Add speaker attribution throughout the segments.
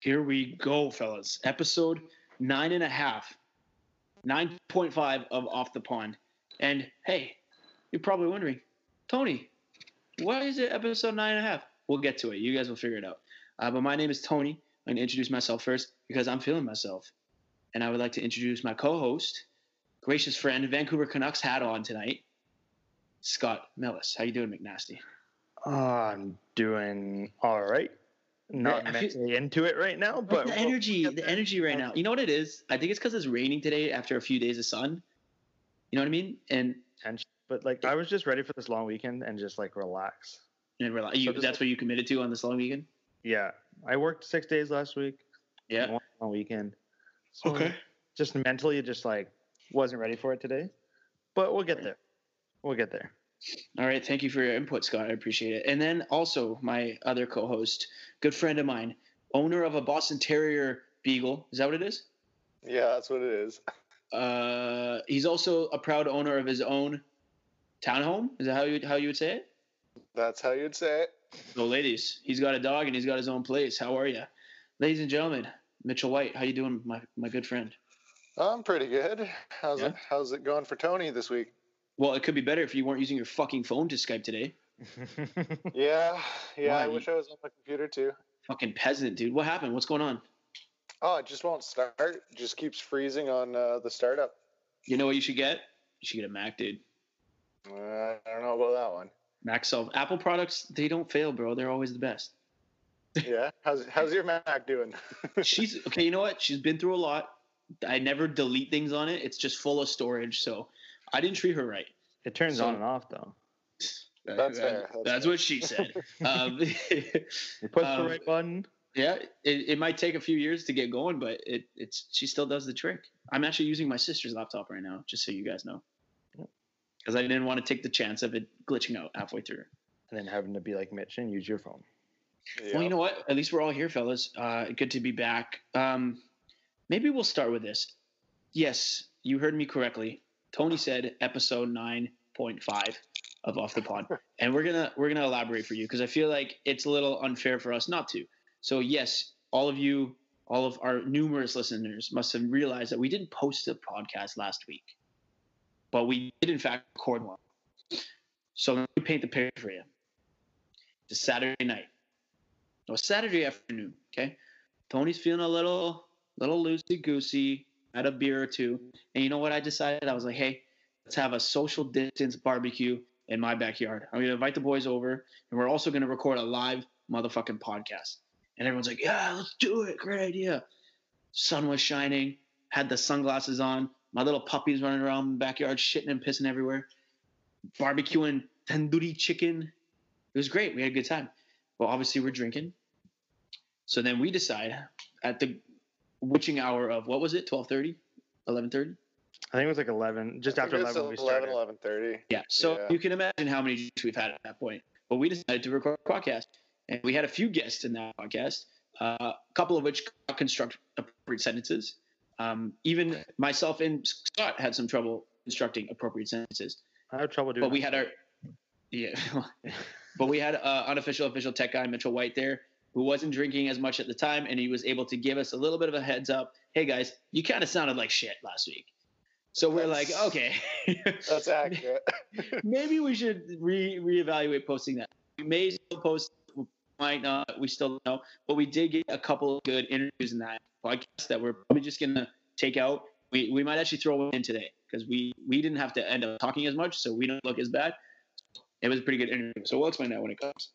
Speaker 1: Here we go, fellas. Episode nine and a half, 9.5 of Off the Pond. And hey, you're probably wondering, Tony, why is it episode nine and a half? We'll get to it. You guys will figure it out. Uh, but my name is Tony. I'm going to introduce myself first because I'm feeling myself. And I would like to introduce my co host, gracious friend, Vancouver Canucks hat on tonight, Scott Mellis. How you doing, McNasty?
Speaker 2: Uh, I'm doing all right. Not
Speaker 1: Yeah, I feel-
Speaker 2: mentally into it right now, but
Speaker 1: the
Speaker 2: we'll
Speaker 1: energy,
Speaker 2: get
Speaker 1: the
Speaker 2: there.
Speaker 1: energy right now. You know what it is? I think it's because it's raining today after a few days of sun. You know what I mean? And
Speaker 2: But like, I was just ready for this long weekend and just like relax.
Speaker 1: and we're like, you,
Speaker 2: does
Speaker 1: that's what you committed to on this long weekend.
Speaker 2: Yeah, I worked six days last week.
Speaker 1: Yeah.
Speaker 2: one long weekend. So, Just mentally, just like wasn't ready for it today, but we'll get there. We'll get there.
Speaker 1: All right. Thank you for your input, Scott. I appreciate it. And then also my other co-host, good friend of mine, owner of a Boston Terrier Beagle. Is that what it is?
Speaker 3: Yeah, that's what it is.
Speaker 1: Uh, he's also a proud owner of his own townhome. Is that how you how you would say it?
Speaker 3: That's how you'd say it.
Speaker 1: So, ladies, he's got a dog and he's got his own place. How are you, ladies and gentlemen? Mitchell White, how you doing, my my good friend?
Speaker 3: I'm pretty good. How's it
Speaker 1: Yeah.
Speaker 3: how's it going for Tony this week?
Speaker 1: Well, it could be better if you weren't using your fucking phone to Skype today.
Speaker 3: Yeah, yeah.
Speaker 1: Why?
Speaker 3: I wish I was on my computer too.
Speaker 1: Fucking peasant, dude. What happened? What's going on?
Speaker 3: Oh, it just won't start. It just keeps freezing on uh, the startup.
Speaker 1: You know what you should get? You should get a Mac, dude.
Speaker 3: Uh, I don't know about that one.
Speaker 1: Mac Solve. Apple products, they don't fail, bro. They're always the best.
Speaker 3: Yeah. How's how's your Mac doing?
Speaker 1: She's okay. You know what? She's been through a lot. I never delete things on it. It's just full of storage. So I didn't treat her right.
Speaker 2: it turns
Speaker 1: So-
Speaker 2: on and off though.
Speaker 3: That's fair,
Speaker 1: that's
Speaker 3: that's fair.
Speaker 1: what she said. um,
Speaker 2: You push
Speaker 1: Um,
Speaker 2: the right button.
Speaker 1: Yeah, it, it might take a few years to get going, but it, it's she still does the trick. I'm actually using my sister's laptop right now, just so you guys know, because I didn't want to take the chance of it glitching out halfway through.
Speaker 2: and then having to be like Mitch and use your phone.
Speaker 1: Well, you
Speaker 3: Yeah.
Speaker 1: know what? At least we're all here, fellas. Uh, good to be back. Um, maybe we'll start with this. Yes, you heard me correctly. Tony said episode nine point five of Off the Pod, and we're gonna we're gonna elaborate for you because I feel like it's a little unfair for us not to. So yes, all of you, all of our numerous listeners must have realized that we didn't post a podcast last week, but we did in fact record one. So let me paint the picture for you. It's Saturday night. No, Oh, Saturday afternoon. Okay, Tony's feeling a little, little loosey goosey. Had a beer or two, and you know what I decided? I was like, hey, let's have a social distance barbecue in my backyard. I'm gonna invite the boys over, and we're also gonna record a live motherfucking podcast. And everyone's like, yeah, let's do it. Great idea. Sun was shining. Had the sunglasses on. My little puppy's running around in the backyard, shitting and pissing everywhere. Barbecuing tandoori chicken. It was great. We had a good time. Well, obviously we're drinking. So then we decide at the witching hour of what was it? 12:30, 11:30?
Speaker 2: I think it was like eleven, just
Speaker 3: I
Speaker 2: after
Speaker 3: think it's
Speaker 2: eleven. we
Speaker 3: 11,
Speaker 2: started.
Speaker 3: 11:30.
Speaker 1: Yeah. So
Speaker 3: Yeah.
Speaker 1: you can imagine how many drinks we've had at that point. But we decided to record a podcast, and we had a few guests in that podcast. Uh, a couple of which construct appropriate sentences. Um, even myself and Scott had some trouble constructing appropriate sentences.
Speaker 2: I have trouble doing.
Speaker 1: but we
Speaker 2: that.
Speaker 1: had our yeah but we had uh, unofficial official tech guy mitchell white there who wasn't drinking as much at the time and he was able to give us a little bit of a heads up hey guys you kind of sounded like shit last week so we're like
Speaker 3: That's-
Speaker 1: okay
Speaker 3: That's accurate.
Speaker 1: maybe we should re reevaluate posting that we may still post we might not we still don't know but we did get a couple of good interviews in that podcast that we're probably just gonna take out we, we might actually throw one in today because we we didn't have to end up talking as much so we don't look as bad it was a pretty good interview so we'll explain that when it comes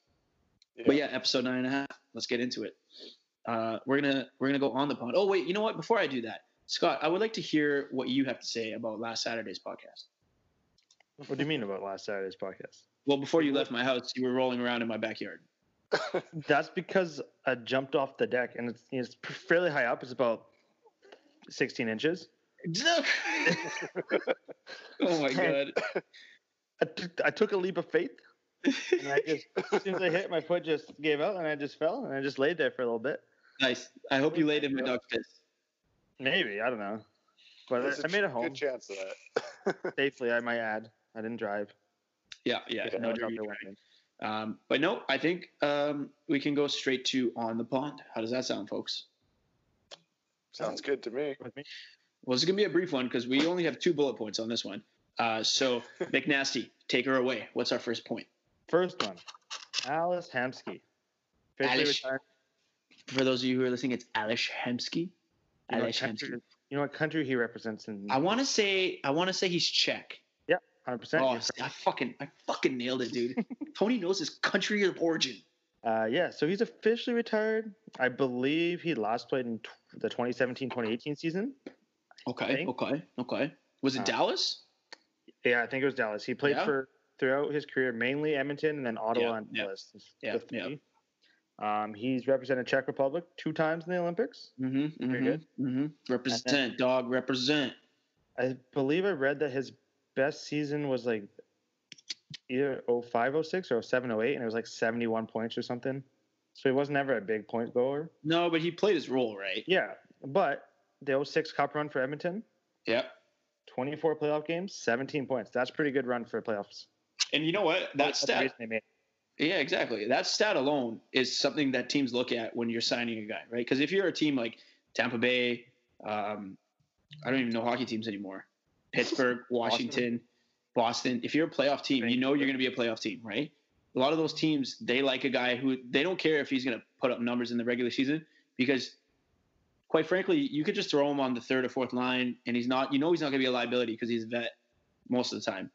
Speaker 1: but yeah episode nine and a half let's get into it uh, we're gonna we're gonna go on the pond oh wait you know what before i do that scott i would like to hear what you have to say about last saturday's podcast
Speaker 2: What do you mean about last Saturday's podcast?
Speaker 1: well before you left my house you were rolling around in my backyard
Speaker 2: That's because I jumped off the deck, and it's it's fairly high up. It's about sixteen inches.
Speaker 1: oh my god!
Speaker 2: I took- I took a leap of faith, and I just as soon as I hit, my foot just gave out, and I just fell, and I just laid there for a little bit.
Speaker 1: Nice. I hope you laid in my duck piss.
Speaker 2: Maybe I don't know. But
Speaker 3: There's
Speaker 2: I, I made it home
Speaker 3: Good chance of that.
Speaker 2: safely. I might add. I didn't drive.
Speaker 1: Yeah, yeah.
Speaker 3: Yeah,
Speaker 1: no
Speaker 2: I was out
Speaker 1: dirty
Speaker 2: there
Speaker 1: driving.
Speaker 2: winning.
Speaker 1: um, but no, I think um, we can go straight to on the pond. How does that sound, folks?
Speaker 3: Sounds good to me.
Speaker 2: with me.
Speaker 1: Well, it's gonna be a brief one because we only have two bullet points on this one. Uh, so McNasty, take her away. What's our first point?
Speaker 2: First one, Alice Hamsky. Officially
Speaker 1: Alice.
Speaker 2: retired-
Speaker 1: For those of you who are listening, it's Alish Hemsky.
Speaker 2: You know, what
Speaker 1: Alish
Speaker 2: country,
Speaker 1: Hemsky.
Speaker 2: you know what country he represents in
Speaker 1: I want to say I want to say he's Czech.
Speaker 2: 100%.
Speaker 1: Oh, I fucking I fucking nailed it, dude. Tony knows his country of origin.
Speaker 2: Uh, yeah, so he's officially retired. I believe he last played in t- the 2017-2018 season.
Speaker 1: Okay,
Speaker 2: Think.
Speaker 1: okay, okay. Was it
Speaker 2: Uh,
Speaker 1: Dallas?
Speaker 2: Yeah, I think it was Dallas. He played
Speaker 1: Yeah.
Speaker 2: for throughout his career mainly Edmonton and then Ottawa
Speaker 1: Yeah,
Speaker 2: and
Speaker 1: yeah,
Speaker 2: Dallas. the
Speaker 1: yeah,
Speaker 2: three. Um, he's represented Czech Republic two times in the Olympics.
Speaker 1: Mm-hmm.
Speaker 2: Very good.
Speaker 1: hmm Represent, dog. Represent.
Speaker 2: I believe I read that his best season was like either 05, 06 or 07, 08, and it was like 71 points or something. So he was not ever a big point goer.
Speaker 1: No, but he played his role right.
Speaker 2: Yeah, but the 06 Cup run for Edmonton,
Speaker 1: Yep.
Speaker 2: 24 playoff games, 17 points. That's pretty good run for playoffs.
Speaker 1: And you know what? That
Speaker 2: That's the
Speaker 1: stat.
Speaker 2: reason they made it.
Speaker 1: Yeah, exactly. That stat alone is something that teams look at when you're signing a guy, right? Because if you're a team like Tampa Bay, um, I don't even know hockey teams anymore. Pittsburgh, Washington, Boston. If you're a playoff team, you know you're going to be a playoff team, right? A lot of those teams, they like a guy who they don't care if he's going to put up numbers in the regular season because, quite frankly, you could just throw him on the third or fourth line and he's not, you know, he's not going to be a liability because he's a vet most of the time.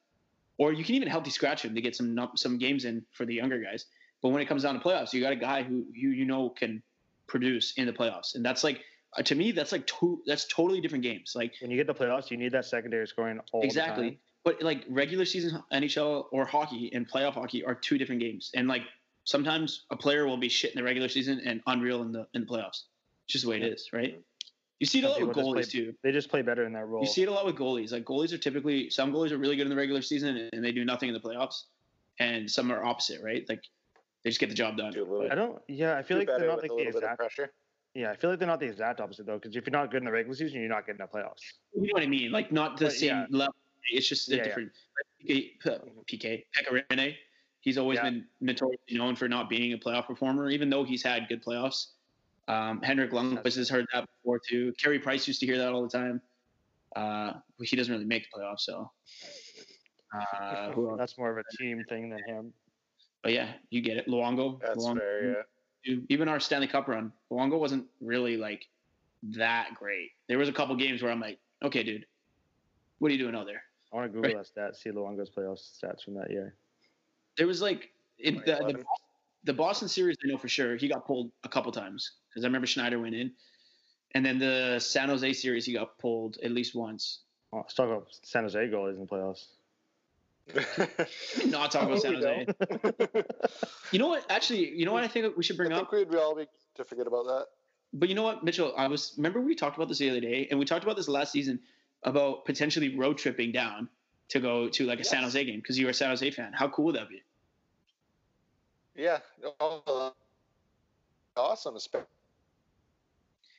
Speaker 1: Or you can even healthy scratch him to get some num- some games in for the younger guys. But when it comes down to playoffs, you got a guy who you you know can produce in the playoffs, and that's like uh, to me that's like two that's totally different games. Like
Speaker 2: When you get to playoffs, you need that secondary scoring all the
Speaker 1: exactly,
Speaker 2: time.
Speaker 1: but like regular season NHL or hockey and playoff hockey are two different games, and like sometimes a player will be shit in the regular season and unreal in the in the playoffs. It's just the way it
Speaker 2: Yeah.
Speaker 1: is, right? You see it a
Speaker 2: Some
Speaker 1: lot with
Speaker 2: people
Speaker 1: goalies
Speaker 2: just
Speaker 1: too.
Speaker 2: They just play better in that role.
Speaker 1: You see it a lot with goalies. Like goalies are typically some goalies are really good in the regular season and they do nothing in the playoffs, and some are opposite, right? Like they just get the job done.
Speaker 3: Do a little-
Speaker 2: I don't. Yeah, I feel
Speaker 3: do
Speaker 2: like they're
Speaker 3: better
Speaker 2: not
Speaker 3: with
Speaker 2: like
Speaker 3: a
Speaker 2: the
Speaker 3: little bit of
Speaker 2: exact.
Speaker 3: pressure.
Speaker 2: Yeah, I feel like they're not the exact opposite though, because if you're not good in the regular season, you're not getting to playoffs.
Speaker 1: you know what I mean? Like not the
Speaker 2: But,
Speaker 1: same
Speaker 2: yeah.
Speaker 1: level. It's just a
Speaker 2: Yeah, yeah.
Speaker 1: different. Like, PK Pekarene, he's always
Speaker 2: Yeah.
Speaker 1: been notoriously known for not being a playoff performer, even though he's had good playoffs. Um, Henrik Lundqvist has heard that before too. Carey Price used to hear that all the time. Uh, he doesn't really make the playoffs, so. Uh, who else?
Speaker 2: That's more of a team thing than him.
Speaker 1: But yeah, you get it. Luongo,
Speaker 3: That's
Speaker 1: Luongo
Speaker 3: fair. Yeah.
Speaker 1: too. even our Stanley Cup run, Luongo wasn't really like that great. There was a couple games where I'm like, okay, dude, what are you doing out there?
Speaker 2: I want to Google that stat, see Luongo's playoff stats from that year.
Speaker 1: There was like in the, the
Speaker 3: 2011.
Speaker 1: the Boston series, I know for sure he got pulled a couple times because I remember Schneider went in, and then the San Jose series he got pulled at least once.
Speaker 2: Oh, let's talk about San Jose goalies in the playoffs.
Speaker 1: Not talk about
Speaker 3: No,
Speaker 1: San
Speaker 3: we
Speaker 1: Jose. You know what? Actually, you know what I think we should bring
Speaker 3: I
Speaker 1: up.
Speaker 3: think we'd all be to forget about that.
Speaker 1: But you know what, Mitchell? I was remember we talked about this the other day, and we talked about this last season about potentially road tripping down to go to like a San
Speaker 3: Yes.
Speaker 1: Jose game because you were a San Jose fan. How cool would that be?
Speaker 3: Yeah. no, Awesome. espe-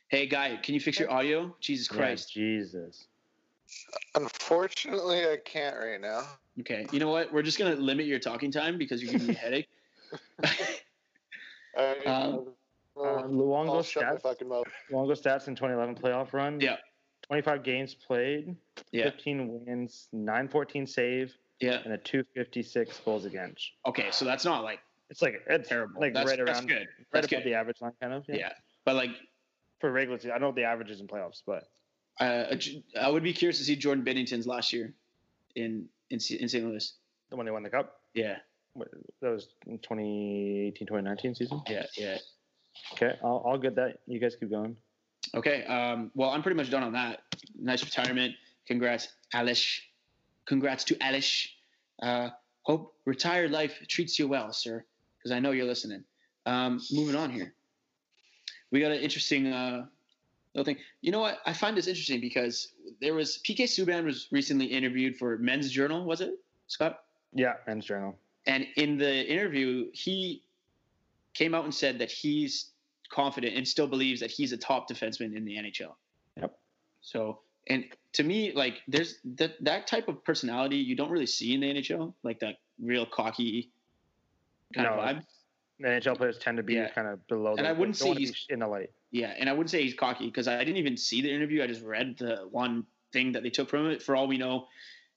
Speaker 1: Hey, guy, can you fix your audio? Jesus
Speaker 2: Yeah,
Speaker 1: Christ.
Speaker 2: Jesus.
Speaker 3: Unfortunately, I can't right now.
Speaker 1: Okay, you know what? We're just gonna limit your talking time because you're giving me a headache.
Speaker 3: I,
Speaker 1: Um,
Speaker 2: Uh, Luongo
Speaker 3: I'll shut my
Speaker 2: stats,
Speaker 3: fucking mouth.
Speaker 2: Luongo stats in 2011 playoff run.
Speaker 1: Yeah.
Speaker 2: 25 games played,
Speaker 1: Yeah,
Speaker 2: 15 wins, 914 save,
Speaker 1: yeah.
Speaker 2: and a 256 goals against.
Speaker 1: Okay, so that's not like
Speaker 2: It's like it's
Speaker 1: terrible.
Speaker 2: Like
Speaker 1: that's,
Speaker 2: right around,
Speaker 1: that's good.
Speaker 2: right
Speaker 1: That's
Speaker 2: above
Speaker 1: good.
Speaker 2: the average line, kind of.
Speaker 1: Yeah. But like,
Speaker 2: For regular season, I know what the average is in playoffs, but
Speaker 1: uh, I would be curious to see Jordan Bennington's last year in in, C- in St. Louis.
Speaker 2: the one they won the cup,
Speaker 1: Yeah,
Speaker 2: that was in 2018, 2019 season.
Speaker 1: yeah, yeah.
Speaker 2: Okay, I'll, I'll get that. You guys keep going.
Speaker 1: Okay. Um, well, I'm pretty much done on that. Nice retirement. Congrats, Alish. Congrats to Alish. Uh, hope retired life treats you well, sir, because I know you're listening. Um, moving on here. We got an interesting uh, little thing. You know what? I find this interesting because there was PK Subban was recently interviewed for Men's Journal, was it, Scott?
Speaker 2: Yeah, men's journal.
Speaker 1: And in the interview, he came out and said that he's confident and still believes that he's a top defenseman in the NHL.
Speaker 2: Yep.
Speaker 1: So And to me, like there's that that type of personality you don't really see in the NHL, like that real cocky kind
Speaker 2: No,
Speaker 1: of vibe.
Speaker 2: NHL players tend to be
Speaker 1: Yeah.
Speaker 2: kind of below.
Speaker 1: And
Speaker 2: the,
Speaker 1: I wouldn't say
Speaker 2: they don't wanna be
Speaker 1: he's-
Speaker 2: sh- in the light.
Speaker 1: Yeah, and I wouldn't say he's cocky because I didn't even see the interview. I just read the one thing that they took from it. For all we know,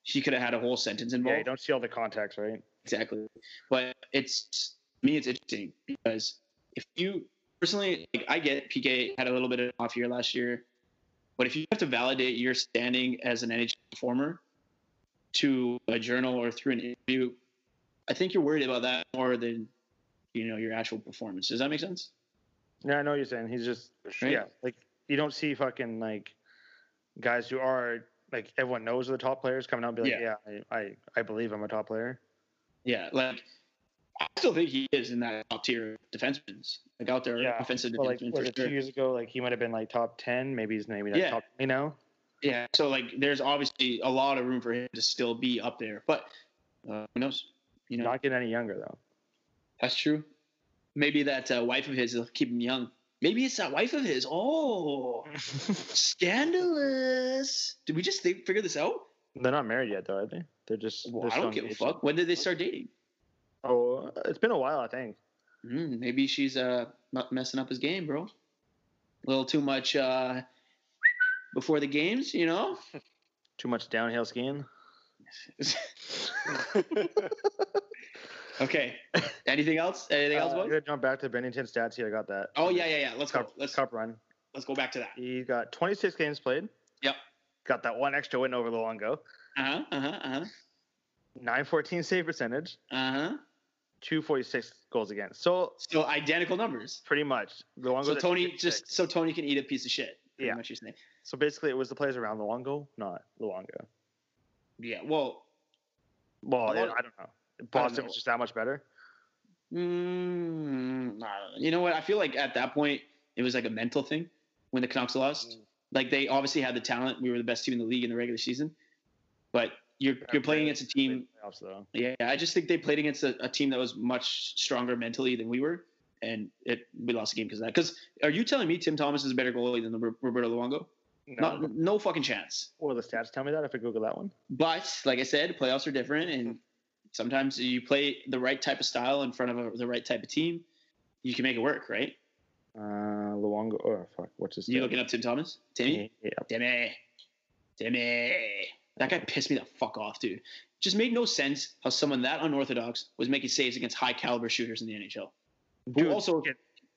Speaker 1: she could have had a whole sentence
Speaker 2: Yeah,
Speaker 1: involved.
Speaker 2: you don't see all the contacts, right?
Speaker 1: exactly. But it's to me, it's interesting because if you personally, like, I get PK had a little bit of an off year last year, but if you have to validate your standing as an NHL performer to a journal or through an interview, I think you're worried about that more than you know your actual performance. Does that make sense?
Speaker 2: Yeah, I know what you're saying. He's just
Speaker 3: For sure.
Speaker 1: Right?
Speaker 2: yeah, like you don't see fucking like guys who are like everyone knows are the top players coming out and be like, yeah,
Speaker 1: Yeah.
Speaker 2: I, I I believe I'm a top player.
Speaker 1: Yeah, like I still think he is in that top tier of defensemen, like out there,
Speaker 2: Yeah.
Speaker 1: offensive
Speaker 2: Well, like
Speaker 1: defenseman
Speaker 2: was
Speaker 1: for
Speaker 2: it
Speaker 1: sure.
Speaker 2: two years ago? Like he might have been like top ten, maybe he's maybe like
Speaker 1: Yeah.
Speaker 2: top you know.
Speaker 1: Yeah, so like there's obviously a lot of room for him to still be up there, but uh, who knows? You know,
Speaker 2: Not getting any younger though.
Speaker 1: that's true. Maybe that uh, wife of his will keep him young. Maybe it's that wife of his. Oh, scandalous! Did we just think, figure this out?
Speaker 2: They're not married yet though, are they? They're just
Speaker 1: Well,
Speaker 2: they're
Speaker 1: I
Speaker 2: still
Speaker 1: don't give a
Speaker 2: engaged.
Speaker 1: fuck. When did they start dating?
Speaker 2: Oh it's been a while, I think.
Speaker 1: Mm, maybe she's uh not messing up his game, bro. A little too much uh before the games, you know.
Speaker 2: Too much downhill skiing.
Speaker 1: okay. Anything else? Anything else?
Speaker 2: Uh,
Speaker 1: Boys?
Speaker 2: I'm gonna jump back to Bennington stats here. I got that.
Speaker 1: Oh yeah, yeah, yeah. Let's go.
Speaker 2: Cup,
Speaker 1: Let's
Speaker 2: cup run.
Speaker 1: let's go back to that.
Speaker 2: He got 26 games played.
Speaker 1: Yep.
Speaker 2: Got that one extra win over the long go.
Speaker 1: Uh huh. Uh huh. Uh huh.
Speaker 2: 914 save percentage,
Speaker 1: Uh huh.
Speaker 2: 246 goals against. So
Speaker 1: Still identical numbers.
Speaker 2: pretty much the long
Speaker 1: So Tony just so Tony can eat a piece of shit. pretty
Speaker 2: Yeah.
Speaker 1: Much you're saying.
Speaker 2: so basically it was the players around the long go, not the long go.
Speaker 1: Yeah. Well.
Speaker 2: Well,
Speaker 1: Along-
Speaker 2: it- I don't know. Boston
Speaker 1: know.
Speaker 2: was just that much better.
Speaker 1: Mm, nah, you know what? I feel like at that point it was like a mental thing when the Canucks lost.
Speaker 3: Mm.
Speaker 1: Like they obviously had the talent. We were the best team in the league in the regular season, but you're you're playing against a team
Speaker 2: Playoffs, though.
Speaker 1: Yeah, I just think they played against a, a team that was much stronger mentally than we were, and it we lost the game because of that. Because are you telling me Tim Thomas is a better goalie than the Ro- Roberto Luongo?
Speaker 2: No.
Speaker 1: Not no fucking chance.
Speaker 2: Well, the stats tell me that if I Google that one.
Speaker 1: But like I said, playoffs are different, and sometimes you play the right type of style in front of a, the right type of team, you can make it work, right?
Speaker 2: Uh, Luongo. Oh fuck, what's his?
Speaker 1: You
Speaker 2: stat?
Speaker 1: looking up Tim Thomas, Timmy,
Speaker 2: Yeah.
Speaker 1: Timmy, Timmy. That guy pissed me the fuck off, dude. Just made no sense how someone that unorthodox was making saves against high caliber shooters in the NHL. Who
Speaker 2: Dude,
Speaker 1: also,
Speaker 2: get-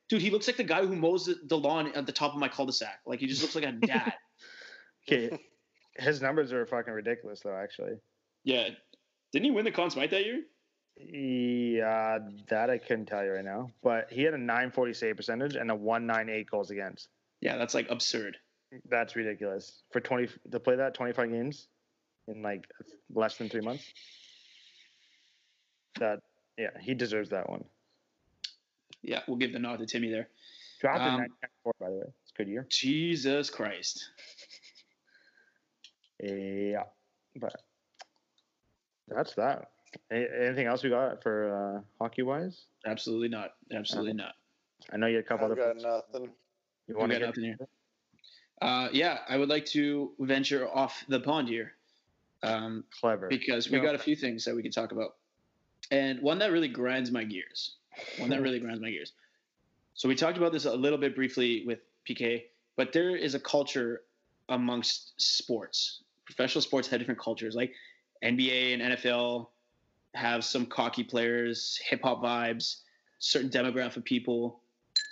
Speaker 1: dude, he looks like the guy who mows the, the lawn at the top of my cul-de-sac. Like he just looks like a dad.
Speaker 2: Okay. His numbers are fucking ridiculous, though. Actually,
Speaker 1: yeah, didn't he win the Conn Smythe that year?
Speaker 2: yeah, that I couldn't tell you right now. But he had a 940 save percentage and a 198 goals against.
Speaker 1: Yeah, that's like absurd.
Speaker 2: That's ridiculous for 20 to play that 25 games in like less than three months. That yeah, he deserves that one.
Speaker 1: Yeah, we'll give the nod to Timmy there.
Speaker 2: Dropped in
Speaker 1: Um,
Speaker 2: 94, by the way. It's a good year.
Speaker 1: Jesus Christ.
Speaker 2: Yeah, but that's that. A- anything else we got for uh, hockey wise?
Speaker 1: Absolutely not. Absolutely not.
Speaker 2: I know you had a couple
Speaker 3: I've
Speaker 2: other.
Speaker 3: got
Speaker 2: points.
Speaker 3: nothing.
Speaker 1: We
Speaker 2: You want to
Speaker 1: got
Speaker 2: get
Speaker 1: nothing here. Uh, yeah, I would like to venture off the pond here um,
Speaker 2: clever?
Speaker 1: because we got a few things that we could talk about. And one that really grinds my gears. one that really grinds my gears. So we talked about this a little bit briefly with PK, but there is a culture amongst sports. Professional sports have different cultures. Like NBA and NFL have some cocky players, hip hop vibes, certain demographic of people,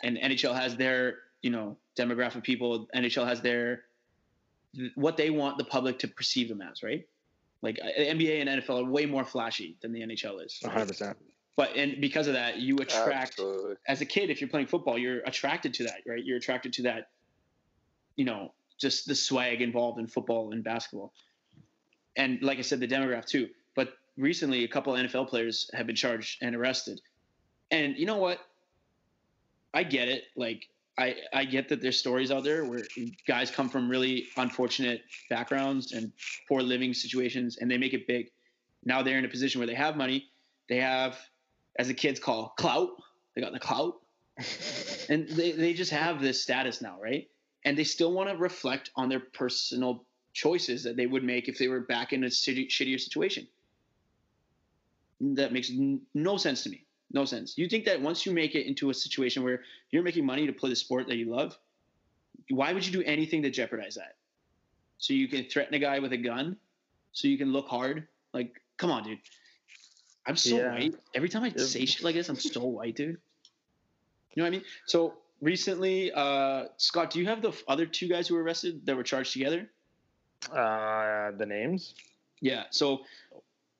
Speaker 1: and NHL has their, you know, demographic of people. NHL has their th- what they want the public to perceive them as, right? Like uh, I- NBA and NFL are way more flashy than the NHL is.
Speaker 2: 100. percent
Speaker 1: But and because of that, you attract
Speaker 3: Absolutely.
Speaker 1: as a kid, if you're playing football, you're attracted to that, right? You're attracted to that, you know, just the swag involved in football and basketball. And like I said, the demographic too. But recently, a couple NFL players have been charged and arrested. And you know what? I get it. Like, I, I get that there's stories out there where guys come from really unfortunate backgrounds and poor living situations and they make it big. Now they're in a position where they have money. They have, as the kids call, clout. They got the clout. and they, they just have this status now, right? And they still want to reflect on their personal choices that they would make if they were back in a shitty, shittier situation. That makes n- no sense to me. No sense. You think that once you make it into a situation where you're making money to play the sport that you love, why would you do anything to jeopardize that? So you can threaten a guy with a gun, so you can look hard. Like, come on, dude. I'm so
Speaker 2: Yeah.
Speaker 1: white. Every time I
Speaker 2: Yeah.
Speaker 1: say shit like this, I'm so white, dude. You know what I mean? So recently, uh, Scott, do you have the f- other two guys who were arrested that were charged together?
Speaker 2: Uh, the names.
Speaker 1: Yeah. So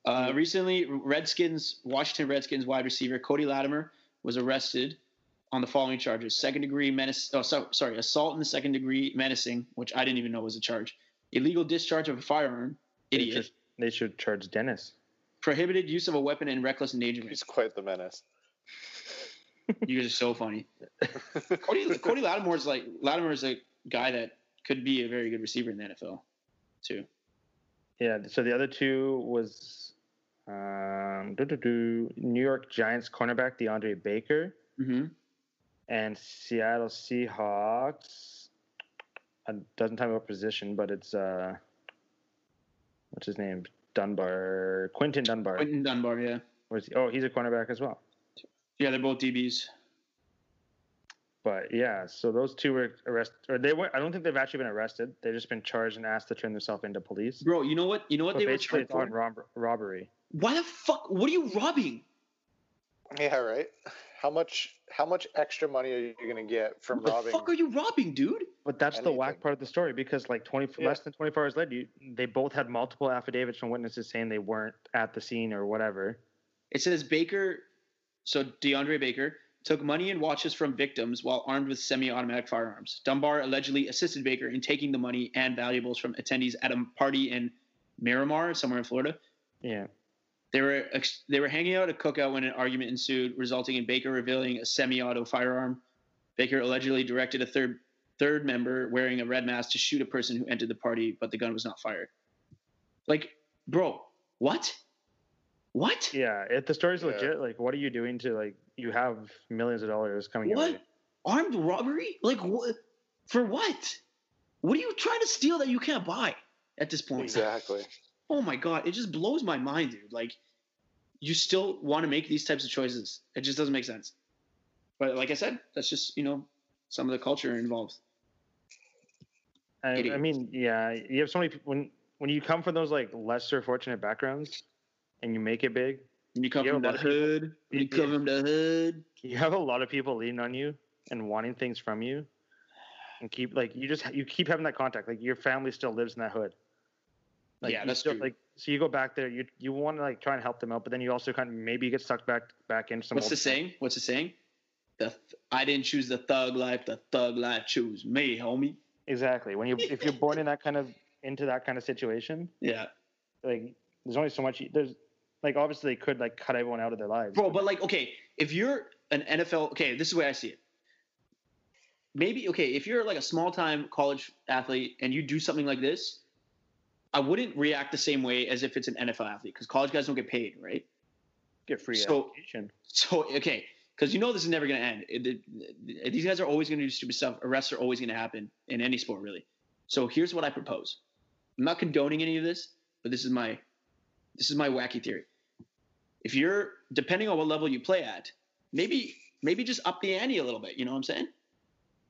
Speaker 1: uh, recently, Redskins, Washington Redskins wide receiver Cody Latimer was arrested on the following charges: second degree menace. Oh, so, sorry, assault in the second degree menacing, which I didn't even know was a charge. Illegal discharge of a firearm,
Speaker 2: They
Speaker 1: idiot.
Speaker 2: should, they should charge Dennis.
Speaker 1: Prohibited use of a weapon and reckless endangerment.
Speaker 3: He's quite the menace.
Speaker 1: You guys are so funny. Cody Cody Lattimore's like Lattimore's a guy that could be a very good receiver in the NFL, too.
Speaker 2: Yeah. So the other two was um, doo-doo-doo, New York Giants cornerback DeAndre Baker
Speaker 1: hmm
Speaker 2: and Seattle Seahawks. It doesn't tell me what position, but it's uh, what's his name? Dunbar, Quentin Dunbar.
Speaker 1: Quentin Dunbar, yeah,
Speaker 2: Where's he? Oh, he's a cornerback as well.
Speaker 1: yeah, they're both DBs.
Speaker 2: But yeah, so those two were arrested, or they were. I don't think they've actually been arrested. They've just been charged and asked to turn themselves into police.
Speaker 1: Bro, you know what? You know what
Speaker 2: But
Speaker 1: they were
Speaker 2: basically,
Speaker 1: charged
Speaker 2: it's on
Speaker 1: for?
Speaker 2: rob- robbery.
Speaker 1: Why the fuck? What are you robbing?
Speaker 3: yeah, right. How much? How much extra money are you going to get from
Speaker 1: What the
Speaker 3: robbing?
Speaker 1: fuck are you robbing, dude?
Speaker 2: But that's the whack
Speaker 3: Anything.
Speaker 2: part of the story because, like, twenty
Speaker 3: Yeah.
Speaker 2: less than twenty four hours later, you, they both had multiple affidavits from witnesses saying they weren't at the scene or whatever.
Speaker 1: It says Baker, so DeAndre Baker took money and watches from victims while armed with semi-automatic firearms. Dunbar allegedly assisted Baker in taking the money and valuables from attendees at a party in Miramar, somewhere in Florida.
Speaker 2: Yeah,
Speaker 1: They were ex- they were hanging out at a cookout when an argument ensued, resulting in Baker revealing a semi-auto firearm. Baker allegedly directed a third third member wearing a red mask to shoot a person who entered the party, but the gun was not fired. Like, bro, what? What?
Speaker 2: yeah. If the story's
Speaker 3: Yeah.
Speaker 2: legit, like, what are you doing to like? You have millions of dollars coming. your
Speaker 1: What?
Speaker 2: way.
Speaker 1: Armed robbery? Like what? For what? What are you trying to steal that you can't buy at this point?
Speaker 3: Exactly.
Speaker 1: Oh my god, it just blows my mind, dude. Like, you still want to make these types of choices? It just doesn't make sense. But like I said, that's just you know some of the culture involved.
Speaker 2: I, I
Speaker 1: Idiots.
Speaker 2: mean, yeah, you have so many people when when you come from those like lesser fortunate backgrounds and you make it big,
Speaker 1: And you come
Speaker 2: Yeah,
Speaker 1: from
Speaker 2: a
Speaker 1: the
Speaker 2: lot of people-
Speaker 1: hood. When you come from the hood.
Speaker 2: you have a lot of people leaning on you and wanting things from you, and keep like you just you keep having that contact. Like your family still lives in that hood.
Speaker 1: Yeah,
Speaker 2: you
Speaker 1: that's
Speaker 2: still,
Speaker 1: true.
Speaker 2: Like so, you go back there, you you want to like try and help them out, but then you also kind of maybe you get sucked back back into some.
Speaker 1: What's
Speaker 2: old
Speaker 1: the saying? What's the saying? The th- I didn't choose the thug life. The thug life choose me, homie.
Speaker 2: Exactly. When you if you're born in that kind of into that kind of situation,
Speaker 1: Yeah.
Speaker 2: like there's only so much. you- There's like obviously they could like cut everyone out of their lives.
Speaker 1: Bro, but like, okay, if you're an NFL, okay, this is the way I see it. Maybe okay, if you're like a small time college athlete and you do something like this, I wouldn't react the same way as if it's an NFL athlete because college guys don't get paid, right?
Speaker 2: get free
Speaker 1: so-
Speaker 2: education.
Speaker 1: So okay, because you know this is never going to end. It- it- these guys are always going to do stupid stuff. Arrests are always going to happen in any sport, really. So here's what I propose. I'm not condoning any of this, but this is my this is my wacky theory. If you're depending on what level you play at, maybe maybe just up the ante a little bit. You know what I'm saying?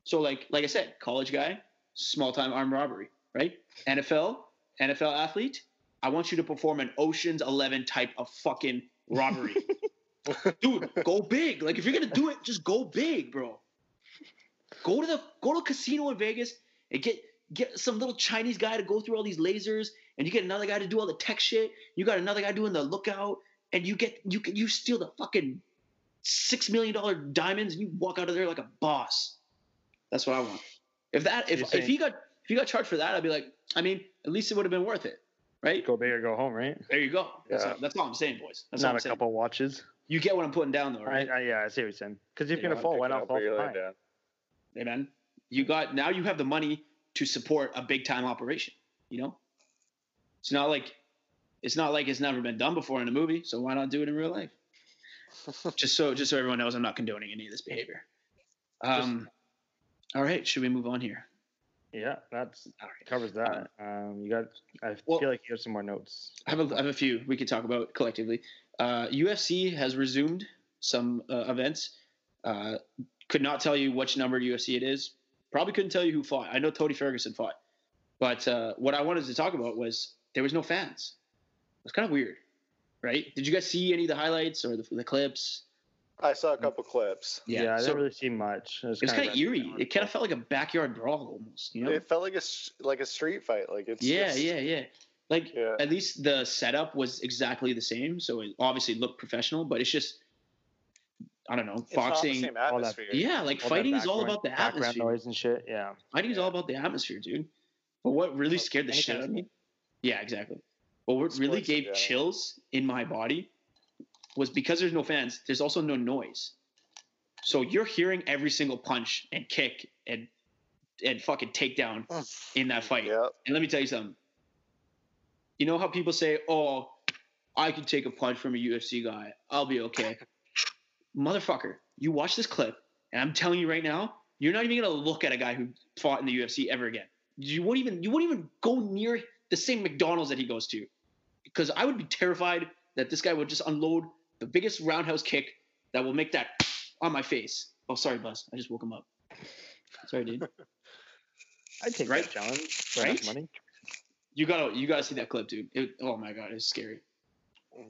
Speaker 1: So like like I said, college guy, small time armed robbery, right? NFL NFL athlete. I want you to perform an Ocean's Eleven type of fucking robbery dude, go big. Like if you're gonna do it, just go big, bro. Go to the go to a casino in Vegas and get get some little Chinese guy to go through all these lasers, and you get another guy to do all the tech shit. You got another guy doing the lookout, and you get you can- you steal the fucking six million dollar diamonds, and you walk out of there like a boss. That's what I want. If that if
Speaker 2: You're
Speaker 1: if
Speaker 2: saying-
Speaker 1: he got if he got charged for that, I'd be like, I mean, at least it would have been worth it, right?
Speaker 2: Go big or go home, right?
Speaker 1: There you go. That's,
Speaker 3: Yeah.
Speaker 1: all, that's all I'm saying, boys. That's all
Speaker 2: not
Speaker 1: I'm
Speaker 2: a
Speaker 1: saying.
Speaker 2: couple watches.
Speaker 1: You get what I'm putting down, though, right?
Speaker 2: I, I, yeah, I see what you're saying. Because if
Speaker 1: Yeah,
Speaker 2: you're gonna fall, why not fall from high?
Speaker 1: Amen. You got now you have the money to support a big time operation. You know, it's not like it's not like it's never been done before in a movie. So why not do it in real life? just so just so everyone knows, I'm not condoning any of this behavior. Um, all right, should we move on here?
Speaker 2: Yeah, that's
Speaker 1: All right.
Speaker 2: covers that. Um, you got. I
Speaker 1: well-
Speaker 2: feel like you have some more notes.
Speaker 1: I have a, I have a few we could talk about collectively. Uh, UFC has resumed some uh, events. Uh, could not tell you which number UFC it is. Probably couldn't tell you who fought. I know Tony Ferguson fought, but uh, what I wanted to talk about was there was no fans. It was kind of weird, right? Did you guys see any of the highlights or the, the clips?
Speaker 3: I saw a couple clips.
Speaker 2: Yeah, I
Speaker 1: so
Speaker 2: didn't really see much. It was,
Speaker 1: it was kind of
Speaker 2: random.
Speaker 1: eerie. It kind of felt like a backyard brawl almost. You know?
Speaker 3: It felt like a s- like a street fight. Like it's
Speaker 1: yeah,
Speaker 3: it's-
Speaker 1: yeah, yeah. Like
Speaker 3: yeah.
Speaker 1: at least the setup was exactly the same, so it obviously looked professional. But it's just, I don't know,
Speaker 3: It's not the
Speaker 1: boxing.
Speaker 3: same
Speaker 2: all that-
Speaker 3: atmosphere.
Speaker 1: Yeah, like
Speaker 2: All that
Speaker 1: fighting is all
Speaker 2: background-
Speaker 1: about the
Speaker 2: background
Speaker 1: atmosphere.
Speaker 2: noise and shit. Yeah.
Speaker 1: Fighting is all about the atmosphere, dude. But what really
Speaker 2: Well,
Speaker 1: scared the shit out of
Speaker 2: anything.
Speaker 1: me? Yeah, exactly. But what really
Speaker 3: Sports in
Speaker 1: gave
Speaker 3: general.
Speaker 1: chills in my body was because there's no fans. There's also no noise, so you're hearing every single punch and kick and and fucking takedown in that fight.
Speaker 3: Yep.
Speaker 1: And let me tell you something. You know how people say, "Oh, I can take a punch from a UFC guy. I'll be okay." Motherfucker, you watch this clip, and I'm telling you right now, you're not even gonna look at a guy who fought in the UFC ever again. You won't even you won't even go near the same McDonald's that he goes to, because I would be terrified that this guy would just unload the biggest roundhouse kick that will make that on my face. Oh, sorry, Buzz. I just woke him up. Sorry, dude.
Speaker 2: I'd take
Speaker 1: Right?
Speaker 2: that challenge for
Speaker 1: Right?
Speaker 2: enough money.
Speaker 1: You gotta you gotta see that clip, dude. It, oh my god, it's scary.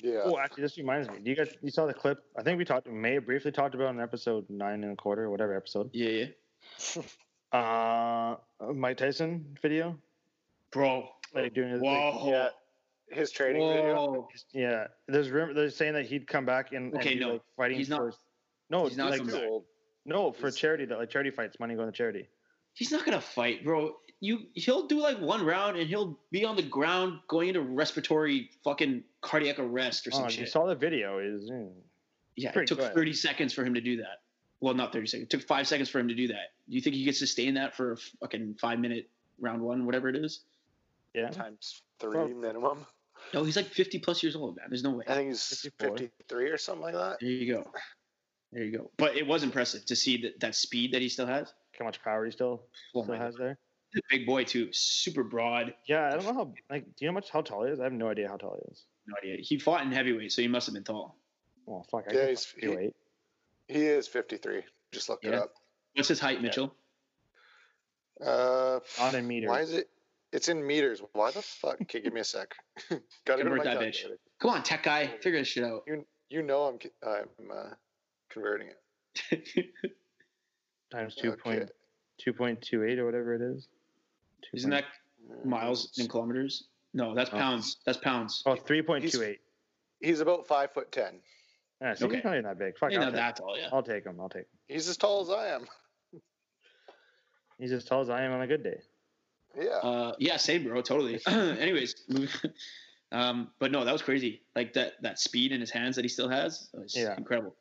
Speaker 3: Yeah.
Speaker 2: Oh, actually, this reminds me. Do you guys you saw the clip? I think we talked, may have briefly talked about it in episode nine and a quarter, or whatever episode.
Speaker 1: Yeah, yeah.
Speaker 2: Uh, Mike Tyson video,
Speaker 1: bro.
Speaker 2: like doing his. like,
Speaker 1: Oh, Whoa,
Speaker 3: yeah. His training video.
Speaker 1: whoa.
Speaker 2: yeah, there's rumor. They're saying that he'd come back and and
Speaker 1: Okay,
Speaker 2: be,
Speaker 1: no.
Speaker 2: like, fighting
Speaker 1: He's not-
Speaker 2: for. No,
Speaker 1: he's not
Speaker 2: like,
Speaker 1: coming back.
Speaker 3: Too old.
Speaker 2: no, for
Speaker 3: He's-
Speaker 2: charity that like charity fights, money going to charity.
Speaker 1: He's not gonna fight, bro. You he'll do like one round and he'll be on the ground going into respiratory fucking cardiac arrest or some
Speaker 2: Oh, you
Speaker 1: shit.
Speaker 2: saw the video. Is hmm,
Speaker 1: yeah, it
Speaker 2: pretty
Speaker 1: took
Speaker 2: good.
Speaker 1: thirty seconds for him to do that. Well, not thirty seconds. It took five seconds for him to do that. Do you think he could sustain that for a fucking five minute round one, whatever it is?
Speaker 2: yeah,
Speaker 3: Times three
Speaker 2: Bro.
Speaker 3: minimum.
Speaker 1: No, he's like fifty plus years old, man. There's no way.
Speaker 3: I think he's
Speaker 2: 54.
Speaker 3: 53 or something like that.
Speaker 1: There you go. There you go. But it was impressive to see that, that speed that he still has.
Speaker 2: how much power he still
Speaker 1: Oh
Speaker 2: still
Speaker 1: my God.
Speaker 2: has there.
Speaker 1: Big boy too. Super broad.
Speaker 2: Yeah, I don't know how. Like, do you know how much how tall he is? I have no idea how tall he is.
Speaker 1: No idea. He fought in heavyweight, so he must have been tall.
Speaker 2: Well, fuck, I
Speaker 3: Yeah,
Speaker 2: can
Speaker 3: he's-
Speaker 2: fucking do
Speaker 3: he-
Speaker 2: eight.
Speaker 3: He is 53. Just looked
Speaker 1: Yeah.
Speaker 3: it
Speaker 1: What's his height, Mitchell?
Speaker 3: up. Uh,
Speaker 2: Not in meters.
Speaker 3: Why is it? It's in meters. Why the fuck? Okay, give me a sec. Got to go to
Speaker 1: Convert
Speaker 3: my
Speaker 1: that bitch.
Speaker 3: calculator.
Speaker 1: Come on, tech guy, figure this shit out.
Speaker 3: You know I'm c- I'm uh, converting it.
Speaker 2: times two
Speaker 3: Okay.
Speaker 2: point two point two eight or whatever it is?
Speaker 1: Isn't that
Speaker 3: Mm,
Speaker 1: miles in kilometers? No, that's
Speaker 2: Oh.
Speaker 1: pounds. That's pounds.
Speaker 2: Oh, 3.28.
Speaker 3: He's about five foot ten.
Speaker 2: Yeah, Ah, see,
Speaker 1: okay.
Speaker 2: he's not even that big. Fuck,
Speaker 1: You
Speaker 2: I'll,
Speaker 1: know
Speaker 2: take,
Speaker 1: that all, yeah.
Speaker 2: I'll take him. I'll take him.
Speaker 3: He's as tall as I am.
Speaker 2: He's as tall as I am on a good day.
Speaker 3: Yeah.
Speaker 1: Uh, yeah, same, bro. Totally. Anyways, moving- um, but no, that was crazy. Like that that speed in his hands that he still has, is
Speaker 2: Yeah.
Speaker 1: incredible.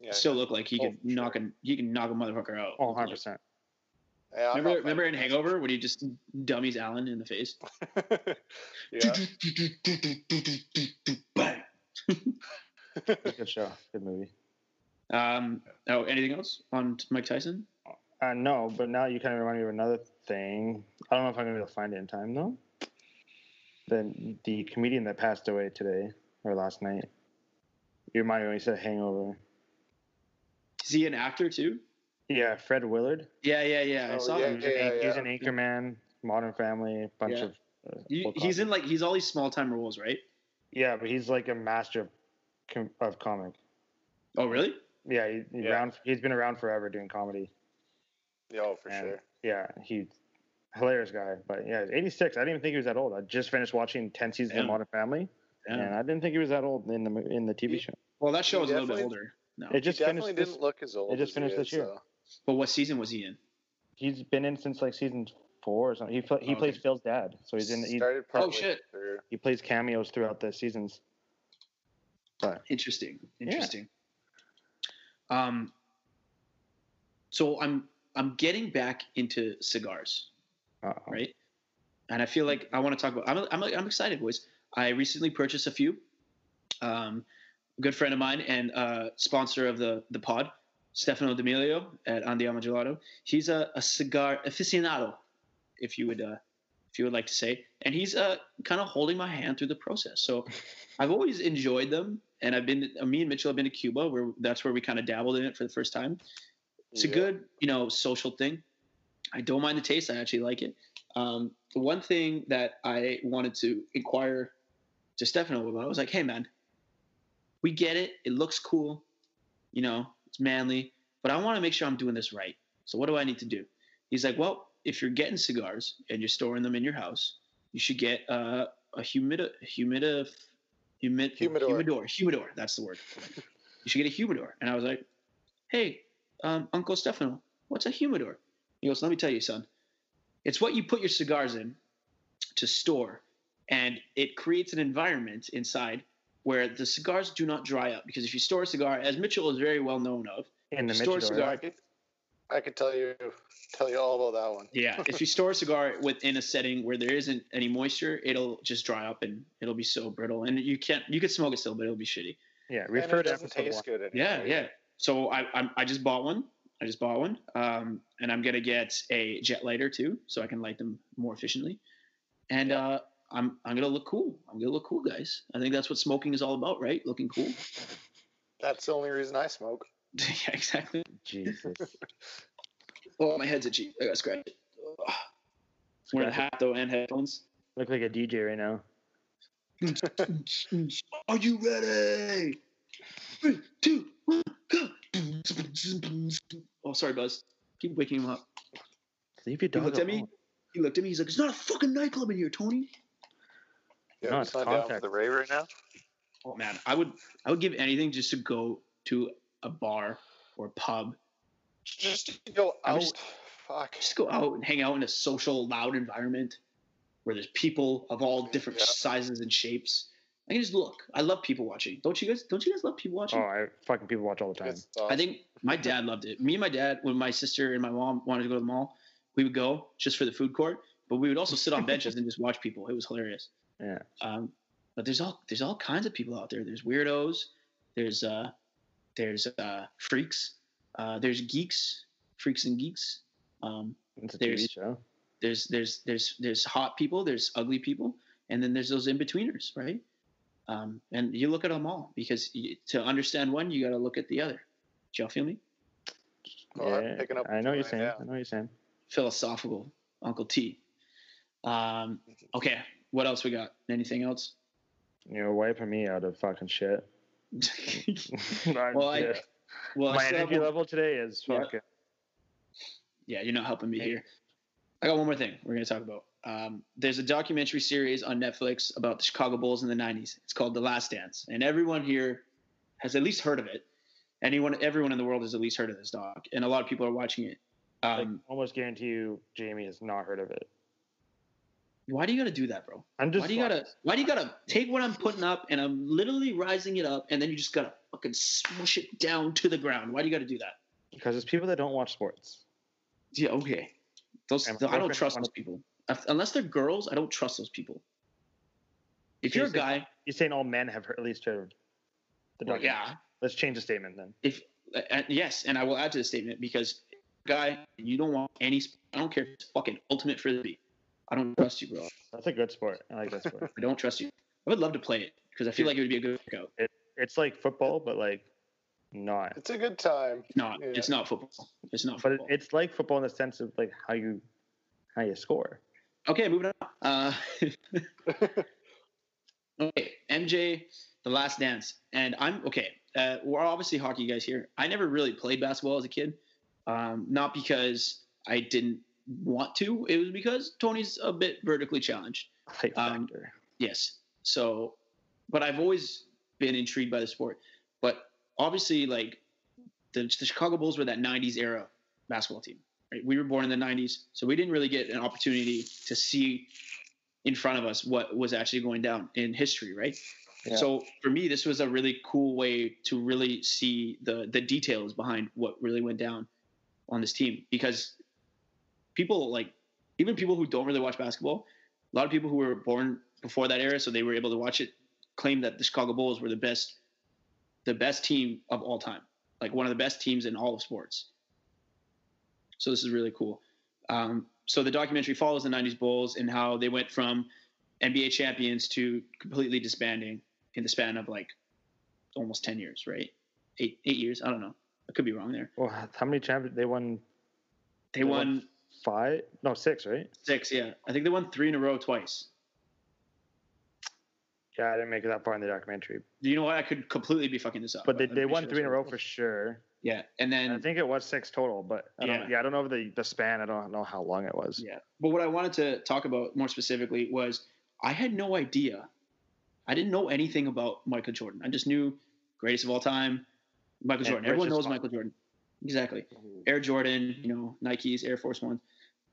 Speaker 3: yeah.
Speaker 1: Still look like he
Speaker 2: Oh,
Speaker 1: could knock a he can knock a motherfucker out.
Speaker 2: Oh, 100%.
Speaker 3: Yeah, I'm
Speaker 1: Remember,
Speaker 3: not
Speaker 1: remember in
Speaker 3: fighting
Speaker 1: Hangover when he just dummies Allen in the face?
Speaker 3: that. yeah.
Speaker 1: Bang.
Speaker 2: Good show. Good movie.
Speaker 1: Um, oh, anything else on Mike Tyson?
Speaker 2: Uh, no, but now you kind of remind me of another thing. I don't know if I'm going to be able to find it in time, though. The, the comedian that passed away today or last night. You remind me when you said hangover.
Speaker 1: Is he an actor too?
Speaker 2: Yeah, Fred Willard.
Speaker 1: Yeah, yeah, yeah. I
Speaker 3: Oh,
Speaker 1: saw
Speaker 3: yeah,
Speaker 1: him.
Speaker 2: He's an
Speaker 3: yeah,
Speaker 2: an- he's
Speaker 3: yeah.
Speaker 2: an anchorman, Modern Family, bunch
Speaker 1: Yeah.
Speaker 2: of. uh,
Speaker 1: You,
Speaker 2: old
Speaker 1: he's
Speaker 2: classics.
Speaker 1: in like he's all these small time roles, right?
Speaker 2: Yeah, but he's like a master of, com- of comic.
Speaker 1: Oh, really?
Speaker 2: Yeah, he, he
Speaker 3: Yeah.
Speaker 2: Around, he's been around forever doing comedy.
Speaker 3: Yeah, oh, for
Speaker 2: And,
Speaker 3: sure.
Speaker 2: Yeah, he's hilarious guy. But yeah, he's 86. I didn't even think he was that old. I just finished watching 10 seasons
Speaker 1: Damn.
Speaker 2: of Modern Family,
Speaker 1: Yeah.
Speaker 2: and I didn't think he was that old in the mo- in the TV
Speaker 3: He-
Speaker 2: show.
Speaker 1: Well, that show
Speaker 3: He
Speaker 1: is a little bit
Speaker 3: definitely-
Speaker 1: older now.
Speaker 2: It
Speaker 3: He
Speaker 2: just
Speaker 3: definitely
Speaker 2: finished.
Speaker 3: didn't
Speaker 2: This,
Speaker 3: look as old.
Speaker 2: it just
Speaker 3: as he
Speaker 2: finished this
Speaker 3: is,
Speaker 2: year.
Speaker 3: so.
Speaker 1: But what season was he in?
Speaker 2: he's been in since like season four or something. He pl- he
Speaker 1: Okay.
Speaker 2: plays Phil's dad, so he's in. He,
Speaker 3: Oh, Started
Speaker 1: Oh,
Speaker 3: partway
Speaker 1: shit.
Speaker 3: through.
Speaker 2: he plays cameos throughout the seasons.
Speaker 1: Interesting. Interesting. Um. So I'm I'm getting back into cigars,
Speaker 2: Uh-oh.
Speaker 1: right? And I feel like I want to talk about. I'm I'm, I'm excited, boys. I recently purchased a few. Um, a good friend of mine and uh, sponsor of the the pod, Stefano D'Amelio at Andiamo Gelato. He's a, a cigar aficionado. if you would uh, if you would like to say. And he's uh, kind of holding my hand through the process. So I've always enjoyed them, and I've been uh, me and Mitchell have been to Cuba, where that's where we kind of dabbled in it for the first time. It's a
Speaker 3: Yeah.
Speaker 1: good you know social thing. I don't mind the taste. I actually like it. Um, the one thing that I wanted to inquire to Stefano about, I was like, hey man, we get it. It looks cool. You know, it's manly, but I want to make sure I'm doing this right. So what do I need to do? He's like, well, if you're getting cigars and you're storing them in your house, you should get uh, a humida, humida, humid,
Speaker 3: Humidor.
Speaker 1: humidor, humidor. That's the word. you should get a humidor. And I was like, hey, um, Uncle Stefano, what's a humidor? He goes, let me tell you, son. It's what you put your cigars in to store, and it creates an environment inside where the cigars do not dry up. Because if you store a cigar, as Mitchell is very well known of,
Speaker 2: In the
Speaker 1: Store
Speaker 2: Mitchell.
Speaker 1: cigar.
Speaker 3: I could, I could tell you tell you all about that one.
Speaker 1: yeah, if you store a cigar within a setting where there isn't any moisture, it'll just dry up and it'll be so brittle, and you can't you could smoke it still, but it'll be shitty.
Speaker 2: Yeah,
Speaker 3: And
Speaker 2: refer
Speaker 3: it
Speaker 2: to
Speaker 3: doesn't
Speaker 2: episode one.
Speaker 3: taste good anymore.
Speaker 1: Yeah, yeah. So I I'm, I just bought one. I just bought one, um, and I'm gonna get a jet lighter too, so I can light them more efficiently. And uh, I'm I'm gonna look cool. I'm gonna look cool, guys. I think that's what smoking is all about, right? Looking cool.
Speaker 3: That's the only reason I smoke.
Speaker 1: yeah, exactly.
Speaker 2: Jesus.
Speaker 1: Oh, my head's itchy. I gotta scratch it. Ugh. Wearing a hat though and headphones.
Speaker 2: Look like a DJ right now.
Speaker 1: Are you ready? Three, two, one, go. Oh, sorry, Buzz. Keep waking him up.
Speaker 2: Leave your
Speaker 1: He
Speaker 2: dog
Speaker 1: looked at me.
Speaker 2: alone.
Speaker 1: He looked at me. He's like, "It's not a fucking nightclub in here, Tony."
Speaker 3: Yeah,
Speaker 2: No,
Speaker 3: it's
Speaker 2: it's
Speaker 3: not down for
Speaker 2: contact.
Speaker 3: the rave right now.
Speaker 1: Oh man, I would, I would give anything just to go to a bar or pub,
Speaker 3: Just to go
Speaker 1: I'm
Speaker 3: out.
Speaker 1: just-
Speaker 3: Fuck.
Speaker 1: just go out and hang out in a social, loud environment where there's people of all different
Speaker 3: Yeah.
Speaker 1: sizes and shapes. I can just look. I love people watching. Don't you guys? Don't you guys love people
Speaker 2: Oh,
Speaker 1: watching?
Speaker 2: I fucking people watch all the time.
Speaker 3: It's awesome.
Speaker 1: I think my dad loved it. Me and my dad, when my sister and my mom wanted to go to the mall, we would go just for the food court, but we would also sit on benches and just watch people. It was hilarious.
Speaker 2: Yeah.
Speaker 1: Um, but there's all there's all kinds of people out there. There's weirdos. There's uh, there's uh, freaks. Uh, there's geeks, freaks and geeks. Um,
Speaker 2: It's a
Speaker 1: There's-
Speaker 2: TV show.
Speaker 1: there's there's there's there's hot people. There's ugly people, and then there's those in betweeners, right? Um, and you look at them all because you, to understand one, you got to look at the other. Do y'all feel me?
Speaker 3: Well, I'm
Speaker 2: yeah,
Speaker 3: picking up
Speaker 2: I know what you're
Speaker 3: right
Speaker 2: saying.
Speaker 3: now.
Speaker 2: I know what you're saying.
Speaker 1: philosophical Uncle T. Um, okay, what else we got? Anything else?
Speaker 2: You're wiping me out of fucking shit. I'm-
Speaker 1: Well, I-
Speaker 2: yeah.
Speaker 1: well, I
Speaker 2: my
Speaker 1: still have
Speaker 2: energy
Speaker 1: one-
Speaker 2: level today is
Speaker 1: Yeah.
Speaker 2: fucking.
Speaker 1: yeah, you're not helping me here. I got one more thing we're gonna talk about. Um, there's a documentary series on Netflix about the Chicago Bulls in the '90s. It's called The Last Dance, and everyone here has at least heard of it. Anyone, everyone in the world has at least heard of this doc, and a lot of people are watching it.
Speaker 2: I
Speaker 1: Um,
Speaker 2: almost guarantee you, Jamie has not heard of it.
Speaker 1: why do you gotta do that, bro?
Speaker 2: I'm just.
Speaker 1: Why do you gotta? Why do you gotta take what I'm putting up and I'm literally rising it up, and then you just gotta fucking smush it down to the ground? Why do you gotta do that?
Speaker 2: Because it's people that don't watch sports.
Speaker 1: Yeah, okay. Those
Speaker 2: And my
Speaker 1: I don't
Speaker 2: girlfriend
Speaker 1: trust
Speaker 2: wanted-
Speaker 1: those people If- unless they're girls. I don't trust those people. If you're a
Speaker 2: Seriously?
Speaker 1: guy,
Speaker 2: You're saying all men have heard, at least heard of the
Speaker 1: well,
Speaker 2: documentary.
Speaker 1: yeah,
Speaker 2: Let's change the statement then.
Speaker 1: Uh, uh, yes, and I will add to the statement because guy, you don't want any. sp- I don't care if it's fucking ultimate frisbee. I don't trust you, bro.
Speaker 2: That's a good sport. I like that sport.
Speaker 1: I don't trust you. I would love to play it because I feel
Speaker 2: Dude.
Speaker 1: like it would be a good workout.
Speaker 2: it's like football, but like not.
Speaker 3: It's a good time.
Speaker 1: It's not.
Speaker 3: Yeah.
Speaker 1: It's not football. It's not
Speaker 2: But it,
Speaker 1: football.
Speaker 2: it's like football in the sense of like how you how you score.
Speaker 1: Okay, moving on. Uh, okay, MJ, The Last Dance, and I'm okay. Uh, we're obviously hockey guys here. I never really played basketball as a kid, um, not because I didn't want to. It was because Tony's a bit vertically challenged.
Speaker 2: Hype
Speaker 1: Um,
Speaker 2: factor.
Speaker 1: Yes. So, but I've always been intrigued by the sport. But obviously, like the, the Chicago Bulls were that '90s era basketball team. Right? We were born in the '90s, so we didn't really get an opportunity to see in front of us what was actually going down in history, right?
Speaker 2: Yeah.
Speaker 1: So for me, this was a really cool way to really see the the details behind what really went down on this team because people like even people who don't really watch basketball, a lot of people who were born before that era, so they were able to watch it, claim that the Chicago Bulls were the best, the best team of all time, like one of the best teams in all of sports. So this is really cool. Um, so the documentary follows the 90s Bulls and how they went from NBA champions to completely disbanding in the span of like almost 10 years, right? Eight, eight years. I don't know. I could be wrong there.
Speaker 2: Well, how many champions they won?
Speaker 1: They, won
Speaker 2: five? No, six, right?
Speaker 1: six. Yeah. I think they won three in a row twice.
Speaker 2: Yeah, I didn't make it that far in the documentary,
Speaker 1: You know what? I could completely be fucking this up.
Speaker 2: but they,
Speaker 1: Uh, I'm
Speaker 2: they
Speaker 1: pretty
Speaker 2: won
Speaker 1: sure
Speaker 2: three in a
Speaker 1: that's
Speaker 2: row
Speaker 1: what-
Speaker 2: for sure.
Speaker 1: Yeah. And then
Speaker 2: I think it was six total, but I don't,
Speaker 1: Yeah.
Speaker 2: yeah. I don't know the the span. I don't know how long it was.
Speaker 1: Yeah. But what I wanted to talk about more specifically was I had no idea. I didn't know anything about Michael Jordan. I just knew greatest of all time, Michael
Speaker 2: And
Speaker 1: Jordan. Everyone
Speaker 2: richest
Speaker 1: knows
Speaker 2: one.
Speaker 1: Michael Jordan. Exactly. Air Jordan, you know, Nikes, Air Force Ones.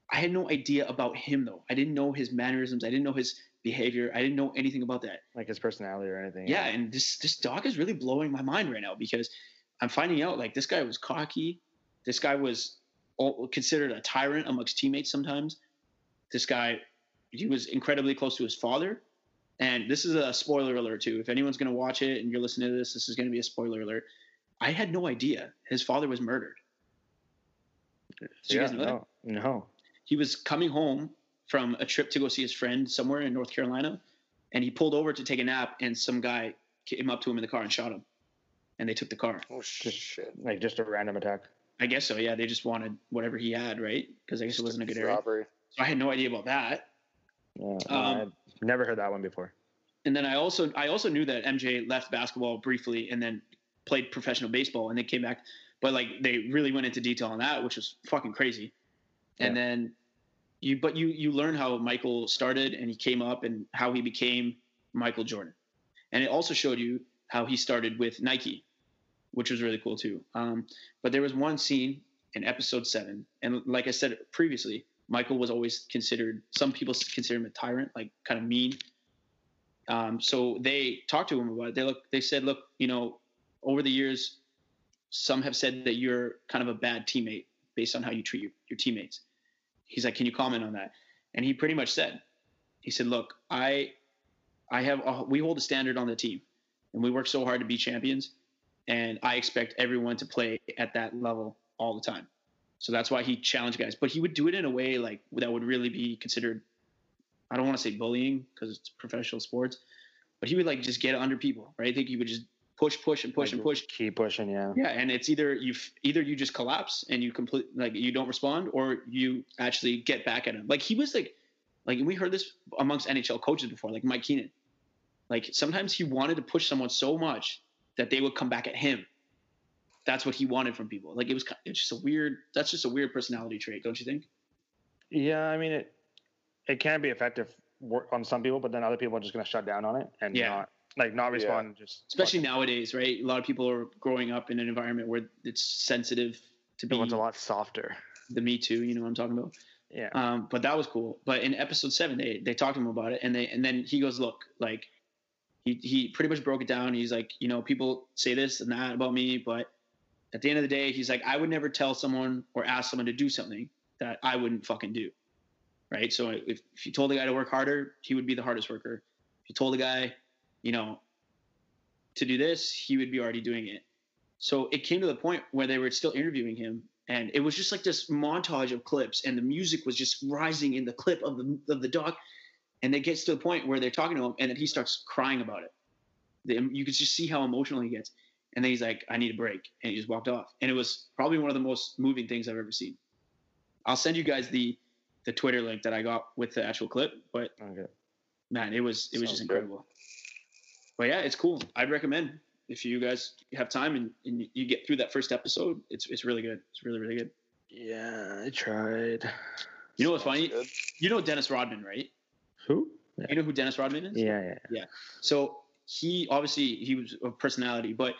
Speaker 1: I had no idea about him though. I didn't know his mannerisms. I didn't know his behavior. I didn't know anything about that.
Speaker 2: Like his personality or anything.
Speaker 1: Yeah, and this this doc is really blowing my mind right now because I'm finding out like this guy was cocky. This guy was all, considered a tyrant amongst teammates sometimes. This guy, he was incredibly close to his father. And this is a spoiler alert too. If anyone's going to watch it and you're listening to this, this is going to be a spoiler alert. I had no idea his father was murdered. Did you
Speaker 2: Yeah,
Speaker 1: guys know that?
Speaker 2: no, no.
Speaker 1: he was coming home from a trip to go see his friend somewhere in North Carolina, and he pulled over to take a nap, and some guy came up to him in the car and shot him, and they took the car.
Speaker 3: Oh shit!
Speaker 2: Like just a random attack.
Speaker 1: I guess so. Yeah, they just wanted whatever he had, right? Because I guess it wasn't a good area.
Speaker 3: robbery.
Speaker 1: So I had no idea about that.
Speaker 2: Yeah,
Speaker 1: Um,
Speaker 2: I'd never heard that one before.
Speaker 1: And then I also I also knew that MJ left basketball briefly and then played professional baseball and then came back, but like they really went into detail on that, which was fucking crazy. And then you but you you learn how Michael started and he came up and how he became Michael Jordan. And it also showed you how he started with Nike, which was really cool too. Um, but there was one scene in episode seven, and like I said previously, Michael was always considered. Some people consider him a tyrant, like kind of mean. Um, so they talked to him about it. They look. They said, look, you know, over the years, some have said that you're kind of a bad teammate based on how you treat your, your teammates. He's like, can you comment on that? And he pretty much said, he said, look, I, I have. A, we hold a standard on the team, and we work so hard to be champions and I expect everyone to play at that level all the time. So that's why he challenged guys, but he would do it in a way like that would really be considered. I don't want to say bullying because it's professional sports, but he would like just get under people, right? I think he would just push, push, and push
Speaker 2: Like,
Speaker 1: and push.
Speaker 2: Keep pushing. Yeah.
Speaker 1: Yeah, and it's either you f- either you just collapse and you complete like you don't respond, or you actually get back at him. Like he was like, like and we heard this amongst NHL coaches before, like Mike Keenan. Like sometimes he wanted to push someone so much that they would come back at him. That's what he wanted from people. Like it was ki- it's just a weird. That's just a weird personality trait, don't you think?
Speaker 2: Yeah. I mean, it it can be effective wor- on some people, but then other people are just gonna shut down on it and
Speaker 1: Yeah.
Speaker 2: not like not
Speaker 3: Yeah.
Speaker 2: respond. and Just
Speaker 1: Especially nowadays, right? A lot of people are growing up in an environment where it's sensitive to be
Speaker 2: everyone's a lot softer.
Speaker 1: the Me Too. You know what I'm talking about?
Speaker 2: Yeah.
Speaker 1: Um, but that was cool. But in episode seven, they they talked to him about it, and they and then he goes, look, like he he pretty much broke it down. He's like, you know, people say this and that about me, but at the end of the day, he's like, I would never tell someone or ask someone to do something that I wouldn't fucking do, right? So if if you told the guy to work harder, he would be the hardest worker. If you told the guy, you know, to do this, he would be already doing it. So it came to the point where they were still interviewing him, and it was just like this montage of clips, and the music was just rising in the clip of the of the doc, and it gets to the point where they're talking to him, and then he starts crying about it. The- you could just see how emotional he gets, and then he's like, "I need a break," and he just walked off, and it was probably one of the most moving things I've ever seen. I'll send you guys the the Twitter link that I got with the actual clip, but
Speaker 2: Okay.
Speaker 1: man, it was it was just
Speaker 3: Sounds good.
Speaker 1: incredible. But yeah, it's cool. I'd recommend if you guys have time and, and you get through that first episode, it's it's really good. It's really really good.
Speaker 2: Yeah, I tried.
Speaker 1: You know what's
Speaker 3: Sounds
Speaker 1: funny?
Speaker 3: good.
Speaker 1: You know Dennis Rodman, right?
Speaker 2: Who?
Speaker 1: You know who Dennis Rodman is?
Speaker 2: Yeah, yeah.
Speaker 1: So he obviously he was a personality, but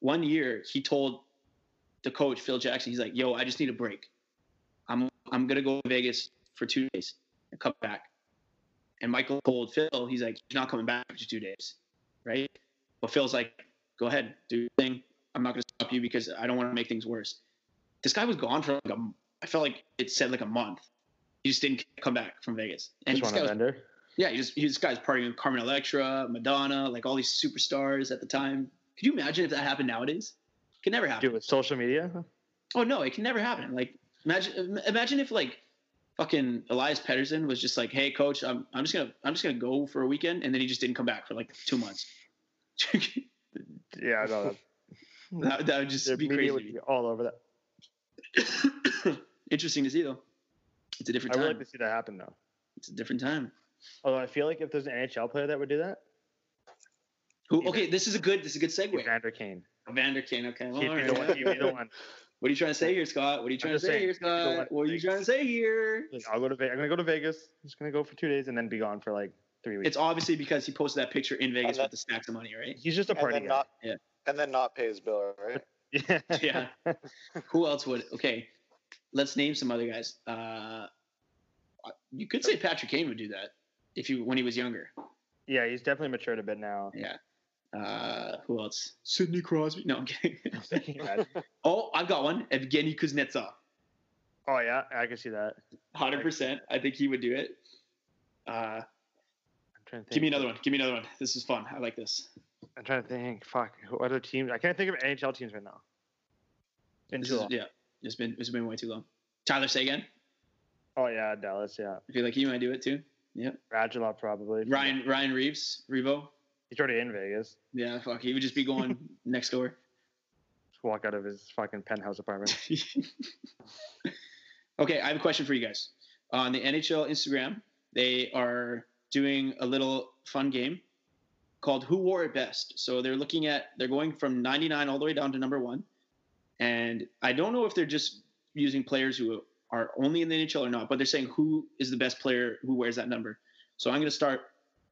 Speaker 1: one year he told the coach Phil Jackson, he's like, "Yo, I just need a break. I'm I'm gonna go to Vegas for two days and come back." And Michael told Phil, he's like, "You're not coming back for two days, right?" But Phil's like, "Go ahead, do your thing. I'm not gonna stop you because I don't want to make things worse." This guy was gone for like a, m- I felt like it said like a month. He just didn't come back from Vegas, and
Speaker 2: Just
Speaker 1: this
Speaker 2: one
Speaker 1: guy was
Speaker 2: offender.
Speaker 1: yeah, he just he this guy's partying with Carmen Electra, Madonna, like all these superstars at the time. Could you imagine if that happened nowadays? Could never happen.
Speaker 2: Dude, with social media.
Speaker 1: Oh no, it can never happen. Like imagine imagine if like fucking Elias Pettersson was just like, "Hey, coach, I'm I'm just gonna I'm just gonna go for a weekend," and then he just didn't come back for like two months.
Speaker 2: Yeah, I know. that-
Speaker 1: that, that would
Speaker 2: the
Speaker 1: just be
Speaker 2: media
Speaker 1: crazy.
Speaker 2: would be all over that.
Speaker 1: to me. Interesting to see though. It's a different
Speaker 2: I would
Speaker 1: time.
Speaker 2: like to see that happen though.
Speaker 1: It's a different time.
Speaker 2: Although I feel like if there's an NHL player that would do that,
Speaker 1: Who?
Speaker 2: Either.
Speaker 1: Okay, this is a good this is a good segue.
Speaker 2: Evander Kane.
Speaker 1: Evander Kane. Okay, well,
Speaker 2: He'd
Speaker 1: all right.
Speaker 2: be the one. He'd be the one.
Speaker 1: What are you trying to say here, Scott? What are you trying to
Speaker 2: just
Speaker 1: say
Speaker 2: saying,
Speaker 1: here,
Speaker 2: he'd be the one
Speaker 1: Scott? What are you
Speaker 2: that
Speaker 1: trying to say here?
Speaker 2: Like, I'll go to Vegas. I'm gonna go to Vegas. I'm just gonna go for two days and then be gone for like three weeks.
Speaker 1: It's obviously because he posted that picture in Vegas
Speaker 3: that-
Speaker 1: with the stacks of money, right?
Speaker 2: He's just a
Speaker 3: and
Speaker 2: party
Speaker 3: then
Speaker 2: guy.
Speaker 3: not
Speaker 1: Yeah.
Speaker 3: and then not pay his bill, right?
Speaker 2: Yeah.
Speaker 1: Yeah. Who else would? Okay, let's name some other guys. Uh, you could say Patrick Kane would do that if you when he was younger.
Speaker 2: yeah, he's definitely matured a bit now.
Speaker 1: Yeah. Uh, who else? Sidney Crosby. No, I'm kidding.
Speaker 2: Can you imagine?
Speaker 1: oh, I've got one. Evgeny Kuznetsov.
Speaker 2: oh yeah, I can see that.
Speaker 1: Hundred percent. I think he would do it. Uh,
Speaker 2: I'm trying to think.
Speaker 1: give me another one. Give me another one. This is fun. I like this.
Speaker 2: I'm trying to think. Fuck. Who other teams? I can't think of NHL teams right now. Been
Speaker 1: This
Speaker 2: too
Speaker 1: is-
Speaker 2: long.
Speaker 1: yeah, it's been it's been way too long. Tyler Sagan.
Speaker 2: Oh yeah, Dallas. Yeah,
Speaker 1: I feel like he might do it too.
Speaker 2: Radulov probably.
Speaker 1: Ryan Ryan Reeves, Revo.
Speaker 2: He's already in Vegas.
Speaker 1: Yeah, fuck. He would just be going next door.
Speaker 2: Just walk out of his fucking penthouse apartment.
Speaker 1: okay, I have a question for you guys. On the NHL Instagram, they are doing a little fun game called Who Wore It Best. So they're looking at, they're going from 99 all the way down to number one. And I don't know if they're just using players who are only in the NHL or not, but they're saying who is the best player who wears that number. So I'm going to start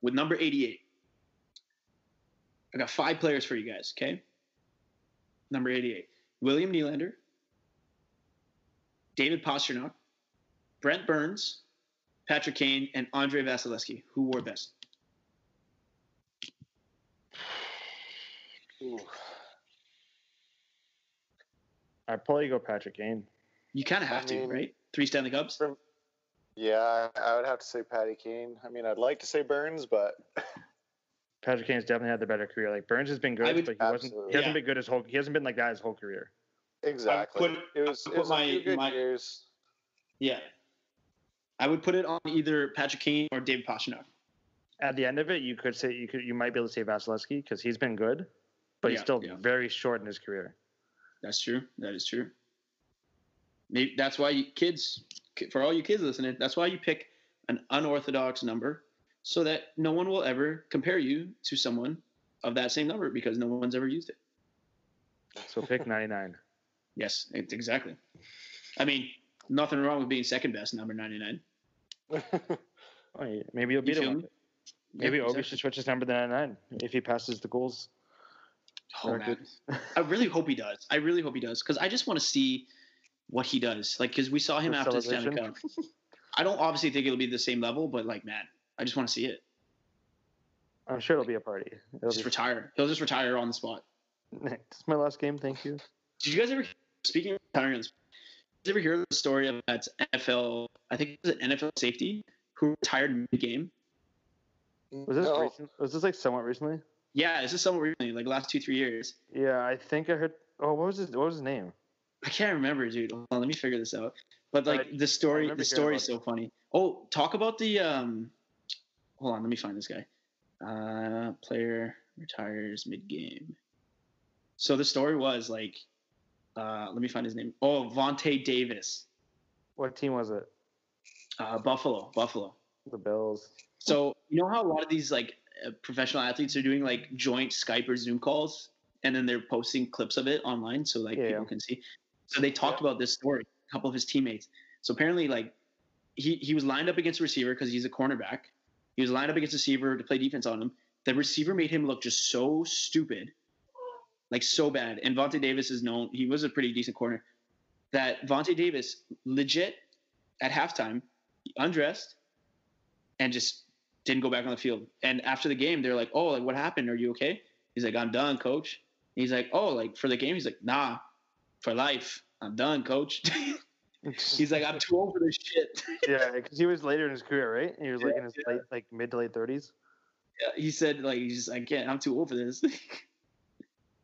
Speaker 1: with number 88. I got five players for you guys, okay? Number 88. William Nylander, David Pasternak, Brent Burns, Patrick Kane, and Andre Vasilevsky. Who wore best?
Speaker 3: Ooh.
Speaker 2: I'd probably go Patrick Kane.
Speaker 1: You kind of have
Speaker 3: I
Speaker 1: to,
Speaker 3: mean-
Speaker 1: right? Three Stanley Cups.
Speaker 3: Yeah, I- I would have to say Patty Kane. I mean, I'd like to say Burns, but
Speaker 2: Patrick Kane's definitely had the better career. Like Burns has been
Speaker 1: I
Speaker 2: good,
Speaker 1: would-
Speaker 2: but he wasn't.
Speaker 3: Absolutely.
Speaker 2: He hasn't
Speaker 1: Yeah.
Speaker 2: been good his whole. He hasn't been like that his whole career.
Speaker 3: exactly.
Speaker 1: put-
Speaker 3: it was,
Speaker 1: I
Speaker 3: it was
Speaker 1: put
Speaker 3: a few
Speaker 1: my-
Speaker 3: good
Speaker 1: my-
Speaker 3: years.
Speaker 1: Yeah. I would put it on either Patrick Kane or David Pasternak.
Speaker 2: At the end of it, you could say you could you might be able to say Vasilevsky because he's been good, but he's
Speaker 1: Yeah,
Speaker 2: still
Speaker 1: yeah.
Speaker 2: very short in his career.
Speaker 1: That's true. That is true. Maybe that's why you, kids, for all you kids listening, that's why you pick an unorthodox number so that no one will ever compare you to someone of that same number because no one's ever used it.
Speaker 2: So pick 99.
Speaker 1: Yes, it, exactly. I mean, nothing wrong with being second best, number 99.
Speaker 2: Oh, yeah. Maybe
Speaker 1: You
Speaker 2: you'll beat
Speaker 1: feel
Speaker 2: him.
Speaker 1: me?
Speaker 2: Maybe
Speaker 1: Yeah,
Speaker 2: Obi
Speaker 1: exactly.
Speaker 2: should switch his number to 99 if he passes the goals.
Speaker 1: Oh, man. I really hope he does. I really hope he does because I just want to see what he does. Like, because we saw him
Speaker 2: The
Speaker 1: after the Stanley Cup.
Speaker 2: celebration.
Speaker 1: I don't obviously think it'll be the same level, but like, man, I just want to see it.
Speaker 2: I'm sure it'll be a party. It'll
Speaker 1: Just
Speaker 2: be-
Speaker 1: retire. He'll just retire on the spot.
Speaker 2: this is my last game. Thank you.
Speaker 1: Did you guys ever speaking of retiring? Did you ever hear the story of that NFL? I think it was an NFL safety who retired mid game.
Speaker 2: Was this
Speaker 3: No.
Speaker 2: recent? Was this like somewhat recently?
Speaker 1: Yeah, this is somewhat recently, like last two three years.
Speaker 2: Yeah, I think I heard. Oh, what was his? What was his name?
Speaker 1: I can't remember, dude. Hold on, let me figure this out. But like
Speaker 2: Alright,
Speaker 1: the story,
Speaker 2: remember
Speaker 1: the
Speaker 2: hearing
Speaker 1: story
Speaker 2: about
Speaker 1: is so
Speaker 2: this.
Speaker 1: funny. Oh, talk about the um. Hold on, let me find this guy. Uh, player retires mid game. So the story was like, uh, let me find his name. Oh, Vontae Davis,
Speaker 2: What team was it?
Speaker 1: uh, Buffalo, Buffalo.
Speaker 2: The Bills.
Speaker 1: So you know how a lot of these like uh, professional athletes are doing like joint Skype or Zoom calls, and then they're posting clips of it online so like
Speaker 2: Yeah,
Speaker 1: people
Speaker 2: yeah.
Speaker 1: can see. So they talked about this story. A couple of his teammates. So apparently, like he he was lined up against a receiver because he's a cornerback. He was lined up against a receiver to play defense on him. The receiver made him look just so stupid, like so bad. And Vontae Davis is known; he was a pretty decent corner. That Vontae Davis legit at halftime undressed and just didn't go back on the field. And after the game, they're like, "Oh, like what happened? Are you okay?" He's like, "I'm done, coach." And he's like, "Oh, like for the game?" He's like, "Nah, for life. I'm done, coach." he's like, "I'm too old for this shit."
Speaker 2: yeah, because he was later in his career, right? He was like in his
Speaker 1: Yeah,
Speaker 2: late, like mid to late thirties.
Speaker 1: Yeah, he said, "Like he's just, I can't. I'm too old for this."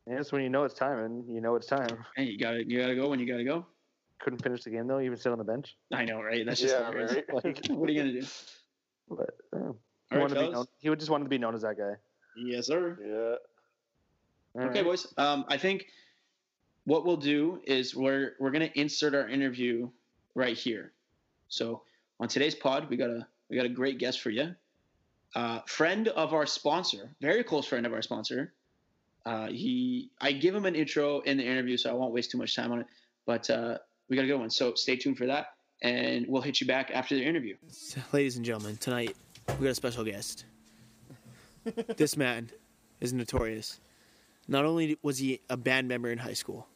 Speaker 2: And that's when you know it's time, and you know it's time.
Speaker 1: hey, you gotta you gotta go when you gotta go.
Speaker 2: couldn't finish the game though, even sit on the bench.
Speaker 1: I know, right? That's just
Speaker 3: yeah,
Speaker 1: hilarious.
Speaker 3: right.
Speaker 2: Like,
Speaker 1: What are you gonna do?
Speaker 2: but, uh, he,
Speaker 1: All right,
Speaker 2: wanted to be
Speaker 1: fellas.
Speaker 2: known, he would just wanted to be known as that guy.
Speaker 1: Yes, sir.
Speaker 3: Yeah.
Speaker 2: All
Speaker 1: Okay,
Speaker 2: right.
Speaker 1: boys. Um, I think what we'll do is we're we're gonna insert our interview right here. So on today's pod, we got a we got a great guest for you, uh, friend of our sponsor, very close friend of our sponsor. Uh, he, I give him an intro in the interview, so I won't waste too much time on it. But uh, we got a good one, so stay tuned for that, and we'll hit you back after the interview.
Speaker 4: Ladies and gentlemen, tonight we got a special guest. this man is notorious. Not only was he a band member in high school,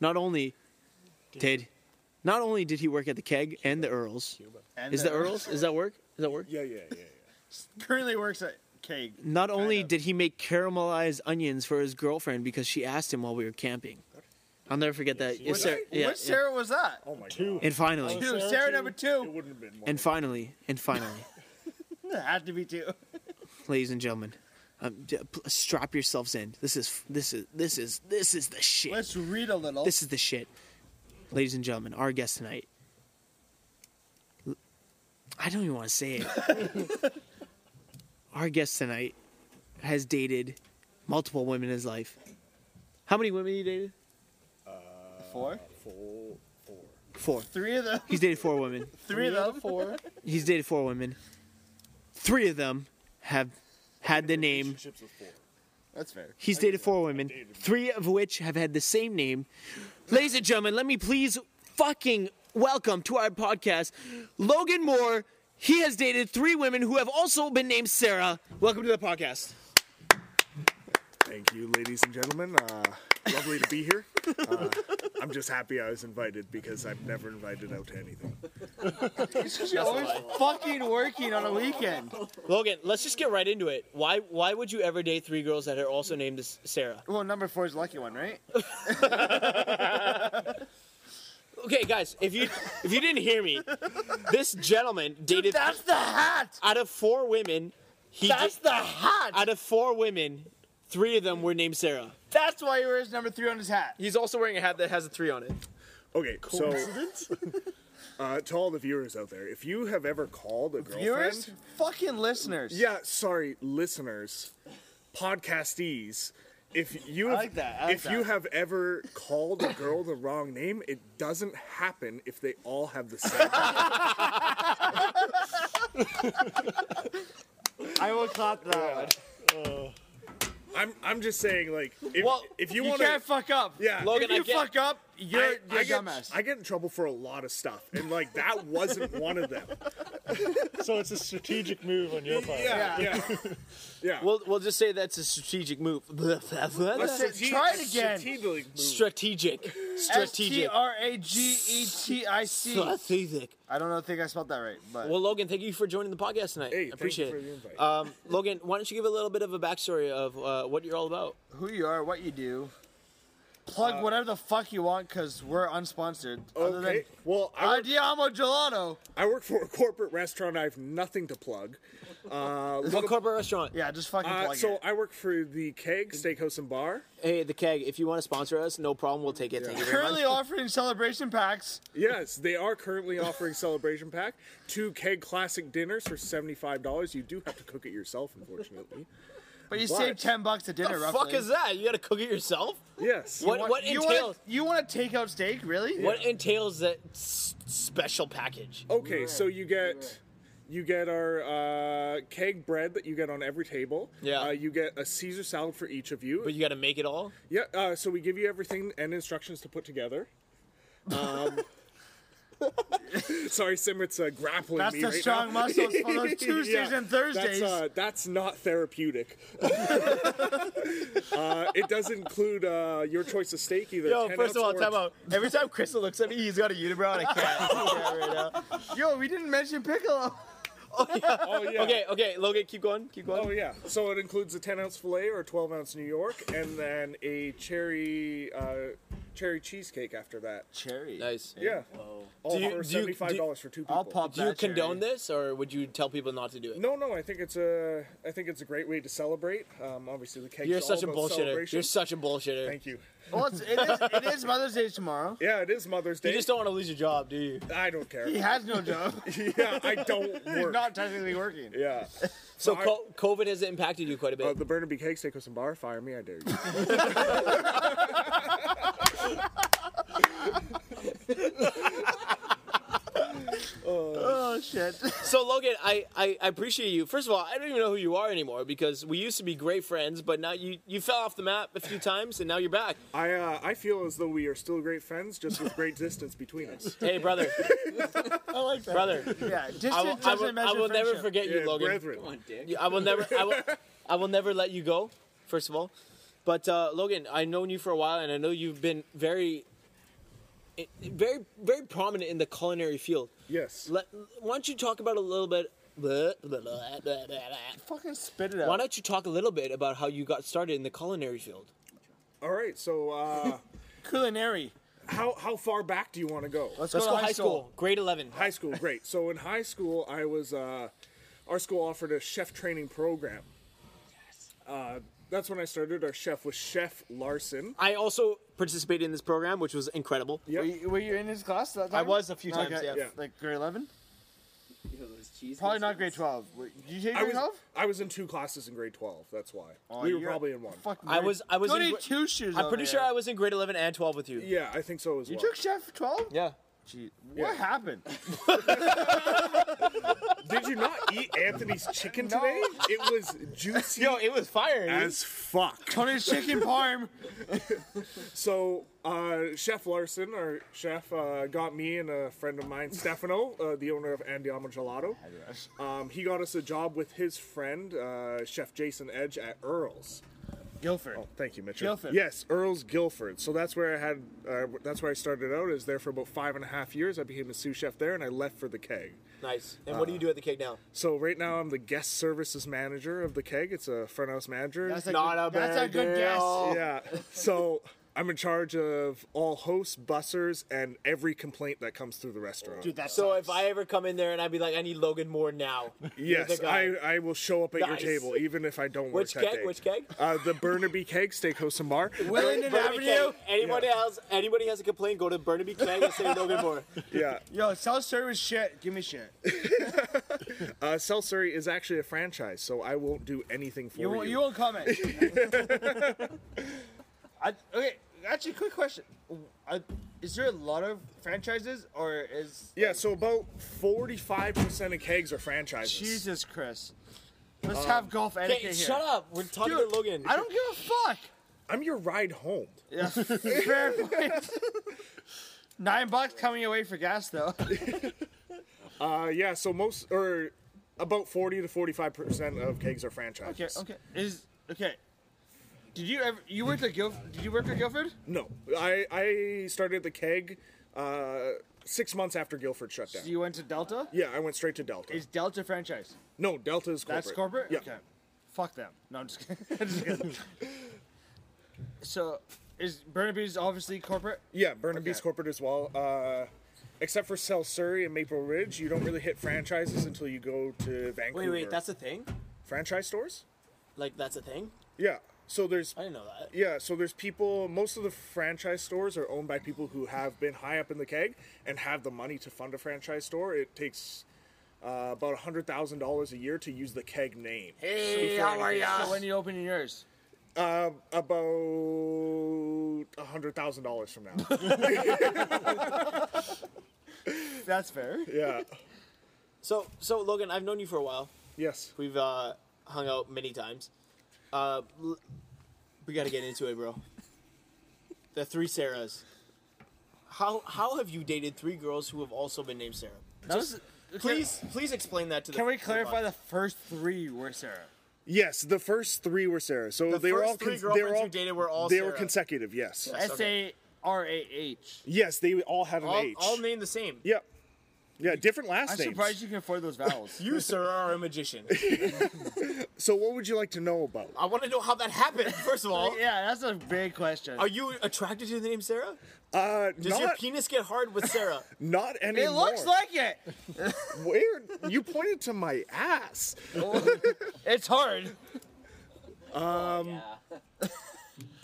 Speaker 4: not only did, not only did he work at the Keg and the Earls.
Speaker 5: And
Speaker 4: Is the Earls? Is that work? Is that work?
Speaker 5: Yeah, yeah, yeah, yeah. Currently works at Keg.
Speaker 4: Not only
Speaker 5: of.
Speaker 4: did he make caramelized onions for his girlfriend because she asked him while we were camping. I'll never forget that. If Sarah- yeah,
Speaker 5: Which Sarah was that?
Speaker 6: Oh my two.
Speaker 4: And finally,
Speaker 5: Two. Sarah, number
Speaker 6: It
Speaker 5: two.
Speaker 6: wouldn't have been one.
Speaker 4: and finally, and finally.
Speaker 5: It had to be two.
Speaker 4: ladies and gentlemen. Um, d- p- strap yourselves in. This is this is this is this is the shit.
Speaker 5: Let's read a little.
Speaker 4: This is the shit, ladies and gentlemen. Our guest tonight. L- I don't even want to say it. our guest tonight has dated multiple women in his life. How many women he dated?
Speaker 5: four.
Speaker 6: Full four.
Speaker 4: Four.
Speaker 5: Three of them.
Speaker 4: He's dated four women.
Speaker 5: Three of them. Four.
Speaker 4: He's dated four women. Three of them have had the name
Speaker 6: Relationships with four.
Speaker 5: That's fair.
Speaker 4: He's dated four women, three of which have had the same name. Ladies and gentlemen, let me please fucking welcome to our podcast Logan Moore. He has dated three women who have also been named Sarah. Welcome to the podcast.
Speaker 6: Thank you, ladies and gentlemen. Uh, lovely to be here. Uh, I'm just happy I was invited because I'm never invited out to anything.
Speaker 5: You're always fucking working on a weekend.
Speaker 4: Logan, let's just get right into it. Why why would you ever date three girls that are also named as Sarah?
Speaker 5: Well, number four is the lucky one, right?
Speaker 4: Okay, guys, if you if you didn't hear me, this gentleman dated
Speaker 5: That's the hat.
Speaker 4: out of four women, he da-
Speaker 5: That's the hat.
Speaker 4: out of four women, three of them were named Sarah.
Speaker 5: That's why he wears number three on his hat.
Speaker 4: He's also wearing a hat that has a three on it.
Speaker 6: Okay, so uh, to all the viewers out there, if you have ever called a girlfriend,
Speaker 5: Viewers, fucking listeners.
Speaker 6: yeah, sorry, listeners, podcastees. If you have,
Speaker 5: like that, I like
Speaker 6: if you
Speaker 5: that.
Speaker 6: have ever called a girl the wrong name, it doesn't happen if they all have the same.
Speaker 5: I will clap that one.
Speaker 6: I'm I'm just saying like if,
Speaker 5: Well,
Speaker 6: if you,
Speaker 5: you
Speaker 6: want to
Speaker 5: can't fuck up.
Speaker 6: Yeah.
Speaker 5: If
Speaker 4: Logan,
Speaker 5: you
Speaker 4: I get-
Speaker 5: fuck up, you're,
Speaker 6: I,
Speaker 5: you're
Speaker 6: I get,
Speaker 5: dumbass.
Speaker 6: I get in trouble for a lot of stuff, and like that wasn't one of them.
Speaker 7: So it's a strategic move on your part.
Speaker 6: Yeah, yeah, yeah.
Speaker 4: We'll, we'll just say that's a strategic move.
Speaker 5: Listen,
Speaker 6: Strate-
Speaker 5: try it again.
Speaker 6: strategically moved.
Speaker 4: strategic.
Speaker 5: S T
Speaker 4: Strategic.
Speaker 5: R A G E T I C.
Speaker 4: Strategic.
Speaker 5: I don't know, think I spelled that right, but
Speaker 4: Well, Logan, thank you for joining the podcast tonight.
Speaker 6: Hey,
Speaker 4: I
Speaker 6: thank
Speaker 4: appreciate
Speaker 6: you for the
Speaker 4: it.
Speaker 6: invite.
Speaker 4: Um, Logan, why don't you give a little bit of a backstory of uh, what you're all about?
Speaker 5: who you are, what you do.
Speaker 6: Uh,
Speaker 5: Plug whatever the fuck you want because we're unsponsored. Other than
Speaker 6: okay. Well, I, work,
Speaker 5: Andiamo Gelato.
Speaker 6: I work for a corporate restaurant. I have nothing to plug. Uh,
Speaker 4: What
Speaker 6: look-
Speaker 4: corporate restaurant?
Speaker 5: Yeah, just fucking
Speaker 6: uh,
Speaker 5: plug
Speaker 6: so
Speaker 5: it.
Speaker 6: I work for the Keg Steakhouse and Bar.
Speaker 4: Hey, the keg. If you want to sponsor us, no problem. We'll take it. Thank you very much.
Speaker 5: Currently offering celebration packs.
Speaker 6: Yes, they are currently offering celebration pack two Keg Classic dinners for seventy five dollars. You do have to cook it yourself, unfortunately.
Speaker 5: But you
Speaker 6: What?
Speaker 5: save ten bucks a dinner
Speaker 4: What the
Speaker 5: roughly.
Speaker 4: fuck is that? You got to cook it yourself.
Speaker 6: Yes.
Speaker 4: What what
Speaker 5: you
Speaker 4: entails
Speaker 5: Want, you want a takeout steak, really?
Speaker 4: what entails that s- special package?
Speaker 6: Okay, so you get you get our uh, keg bread that you get on every table.
Speaker 4: Yeah.
Speaker 6: Uh, you get a Caesar salad for each of you.
Speaker 4: But you got to make it all.
Speaker 6: yeah. Uh, so we give you everything and instructions to put together. Um, sorry, Simrit's uh, grappling
Speaker 5: That's
Speaker 6: me
Speaker 5: the
Speaker 6: right
Speaker 5: strong
Speaker 6: now.
Speaker 5: muscles for those Tuesdays
Speaker 6: Yeah,
Speaker 5: and Thursdays.
Speaker 6: That's, uh, that's not therapeutic. uh, it does include uh, your choice of steak, either. 10 ounce or-
Speaker 4: out. Every time Crystal looks at me, he's got a unibrow and a cat.
Speaker 5: Yo, we didn't mention piccolo.
Speaker 6: Oh, yeah.
Speaker 4: Okay, okay, Logan, keep going, keep going.
Speaker 6: Oh yeah. So it includes a 10 ounce fillet or a 12 ounce New York, and then a cherry uh, cherry cheesecake after that.
Speaker 5: Cherry.
Speaker 4: Nice.
Speaker 6: Yeah. All
Speaker 4: Do you- do you-
Speaker 6: for
Speaker 4: do you-
Speaker 6: seventy-five dollars for two people.
Speaker 5: I'll pop
Speaker 4: Do you
Speaker 5: that cherry.
Speaker 4: condone this, or would you tell people not to do it?
Speaker 6: No, no, I think it's a, I think it's a great way to celebrate. Um, obviously the cake.
Speaker 4: You're such a bullshitter. You're such a bullshitter.
Speaker 6: Thank you.
Speaker 5: Well, it's, it, is, it is Mother's Day tomorrow.
Speaker 6: Yeah, it is Mother's Day.
Speaker 4: You just don't want to lose your job, do you?
Speaker 6: I don't care.
Speaker 5: He has no job.
Speaker 6: yeah, I don't
Speaker 5: He's
Speaker 6: work.
Speaker 5: not technically working.
Speaker 6: yeah.
Speaker 4: So
Speaker 6: I-
Speaker 4: co- COVID has impacted you quite a bit.
Speaker 6: Uh, the Burnaby Cakesteak with some bar. Fire me, I dare you.
Speaker 5: Oh shit.
Speaker 4: so Logan, I, I I appreciate you. First of all, I don't even know who you are anymore because we used to be great friends, but now you you fell off the map a few times and now you're back.
Speaker 6: I uh, I feel as though we are still great friends, just with great distance between us.
Speaker 4: Hey brother,
Speaker 5: I like that.
Speaker 4: brother,
Speaker 5: Yeah, distance
Speaker 4: I will, I will,
Speaker 5: doesn't measure
Speaker 4: I will never
Speaker 5: friendship.
Speaker 4: forget you,
Speaker 6: Yeah,
Speaker 4: Logan.
Speaker 6: brethren.
Speaker 4: You- I will never. I will. I will never let you go. First of all, but uh, Logan, I've known you for a while, and I know you've been very, i- very, very prominent in the culinary field.
Speaker 6: Yes.
Speaker 4: Let, why don't you talk about a little bit? blah, blah, blah, blah, blah, blah.
Speaker 5: Fucking spit it out.
Speaker 4: Why don't you talk a little bit about how you got started in the culinary field?
Speaker 6: All right. So uh,
Speaker 5: Culinary.
Speaker 6: how how far back do you want to go?
Speaker 5: Let's,
Speaker 4: Let's
Speaker 5: go, to high school.
Speaker 4: grade eleven.
Speaker 6: High school, great. So in high school, I was uh, our school offered a chef training program. Uh, that's when I started. Our chef was Chef Larson.
Speaker 4: I also participated in this program, which was incredible.
Speaker 6: Yeah.
Speaker 5: Were, you, were you in his class that time?
Speaker 4: I was a few times, yeah.
Speaker 6: Yeah.
Speaker 5: Like grade 11? Probably not grade 12. Wait, Did you take
Speaker 6: I
Speaker 5: grade
Speaker 6: was
Speaker 5: 12?
Speaker 6: I was in two classes in grade twelve. That's why
Speaker 5: Oh,
Speaker 6: we were
Speaker 5: you're-
Speaker 6: probably in one.
Speaker 5: Fuck,
Speaker 4: I was. I was.
Speaker 5: Don't
Speaker 4: in
Speaker 5: need
Speaker 4: gra-
Speaker 5: two shoes.
Speaker 4: I'm
Speaker 5: over
Speaker 4: pretty
Speaker 5: here.
Speaker 4: sure I was in grade eleven and twelve with you.
Speaker 6: Yeah, I think so as
Speaker 5: You
Speaker 6: well.
Speaker 5: took Chef 12?
Speaker 4: yeah.
Speaker 5: Gee, what
Speaker 6: Yeah.
Speaker 5: happened?
Speaker 6: Did you not eat Anthony's chicken
Speaker 5: No.
Speaker 6: today? It was juicy
Speaker 4: Yo, it was fire. dude.
Speaker 6: as fuck.
Speaker 5: Tony's chicken parm.
Speaker 6: So, uh, Chef Larson, our chef, uh, got me and a friend of mine, Stefano, uh, the owner of Andiamo Gelato. Um, he got us a job with his friend, uh, Chef Jason Edge, at Earl's.
Speaker 5: Guilford.
Speaker 6: Thank you, Mitchell.
Speaker 5: Guilford.
Speaker 6: Yes, Earl's Guilford. So that's where I had, uh, that's where I started out. Is there for about five and a half years. I became a sous chef there, and I left for the keg.
Speaker 4: Nice. And what do you do at the cake now?
Speaker 6: So right now I'm the guest services manager of the keg. It's a front house
Speaker 5: a
Speaker 6: manager.
Speaker 4: Not
Speaker 5: good,
Speaker 4: a
Speaker 5: That's a
Speaker 4: bad
Speaker 5: good guess.
Speaker 4: deal.
Speaker 6: Yeah. So I'm in charge of all hosts, bussers, and every complaint that comes through the restaurant.
Speaker 5: Dude, that's
Speaker 4: So if I ever come in there and I'd be like, I need Logan Moore now. the
Speaker 6: yes,
Speaker 4: guy.
Speaker 6: I, I will show up at
Speaker 4: Nice.
Speaker 6: your table even if I don't work
Speaker 4: Which
Speaker 6: that
Speaker 4: keg?
Speaker 6: day.
Speaker 4: Which keg?
Speaker 6: Uh, the Burnaby Keg Steak Host and Bar.
Speaker 5: Willingdon
Speaker 4: Burnaby
Speaker 5: Avenue.
Speaker 4: Keg. Anybody else? Anybody has a complaint? Go to Burnaby Keg and say Logan Moore.
Speaker 6: Yeah.
Speaker 5: Yo, self service shit. Give me shit.
Speaker 6: Uh, Cell Surrey is actually a franchise, so I won't do anything for
Speaker 5: You
Speaker 6: you.
Speaker 5: won't, you won't comment. I, okay, actually, quick question. I, is there a lot of franchises or is.
Speaker 6: yeah, so about 45% of kegs are franchises.
Speaker 5: Jesus Christ. Let's have golf etiquette
Speaker 4: Hey,
Speaker 5: here.
Speaker 4: shut up. We're talking
Speaker 5: Dude,
Speaker 4: to Logan.
Speaker 5: I don't give a fuck.
Speaker 6: I'm your ride home.
Speaker 5: Yeah, fair point. Nine bucks coming away for gas though.
Speaker 6: Uh, yeah, so most, or about 40 to 45% of kegs are franchises.
Speaker 5: Okay, okay. Is okay. Did you ever you worked at Guilford? Did you work at Guilford?
Speaker 6: No, I I started the keg uh, six months after Guilford shut down.
Speaker 5: So you went to Delta?
Speaker 6: yeah, I went straight to Delta.
Speaker 5: Is Delta franchise?
Speaker 6: no, Delta is corporate.
Speaker 5: That's corporate.
Speaker 6: Yeah.
Speaker 5: Okay. Fuck them. No, I'm just kidding. I'm just kidding. so, is Burnaby's obviously corporate?
Speaker 6: Yeah, Burnaby's
Speaker 5: Okay.
Speaker 6: corporate as well. Uh, except for South Surrey and Maple Ridge, you don't really hit franchises until you go to
Speaker 4: wait,
Speaker 6: Vancouver.
Speaker 4: wait. That's a thing.
Speaker 6: franchise stores.
Speaker 4: Like that's a thing.
Speaker 6: Yeah. So there's
Speaker 4: I didn't know that.
Speaker 6: yeah, so there's people. Most of the franchise stores are owned by people who have been high up in the keg and have the money to fund a franchise store. It takes. Uh, about hundred thousand dollars a year to use the keg name.
Speaker 4: Hey,
Speaker 6: how are
Speaker 5: So when you open yours?
Speaker 6: Uh, about a hundred thousand dollars from now.
Speaker 5: That's fair.
Speaker 6: yeah.
Speaker 4: So, so Logan, I've known you for a while.
Speaker 6: Yes.
Speaker 4: We've uh, hung out many times. Uh, l- we got to get into it, bro. The three Sarahs. How how have you dated three girls who have also been named Sarah?
Speaker 5: That was,
Speaker 4: Please, please explain that to the.
Speaker 5: Can we
Speaker 4: the
Speaker 5: clarify
Speaker 4: pod-
Speaker 5: the first three were Sarah?
Speaker 6: Yes. The first three were Sarah. So
Speaker 4: The
Speaker 6: they were
Speaker 4: first
Speaker 6: all.
Speaker 4: three
Speaker 6: con- they were
Speaker 4: girlfriends
Speaker 6: all.
Speaker 4: you dated were all
Speaker 6: they
Speaker 4: Sarah.
Speaker 6: were consecutive. Yes.
Speaker 5: S A R A H.
Speaker 6: Yes. They all had an
Speaker 4: all,
Speaker 6: H.
Speaker 4: all named the same.
Speaker 6: Yep. Yeah, different last
Speaker 5: I'm
Speaker 6: names.
Speaker 5: surprised you can afford those vowels.
Speaker 4: You, sir, are a magician.
Speaker 6: So, what would you like to know about?
Speaker 4: I want to know how that happened, first of all.
Speaker 5: yeah, that's a big question.
Speaker 4: Are you attracted to the name Sarah?
Speaker 6: Uh,
Speaker 4: Does your
Speaker 6: not
Speaker 4: penis get hard with Sarah?
Speaker 6: not anymore.
Speaker 5: it looks like it.
Speaker 6: where you pointed to my ass.
Speaker 5: It's hard.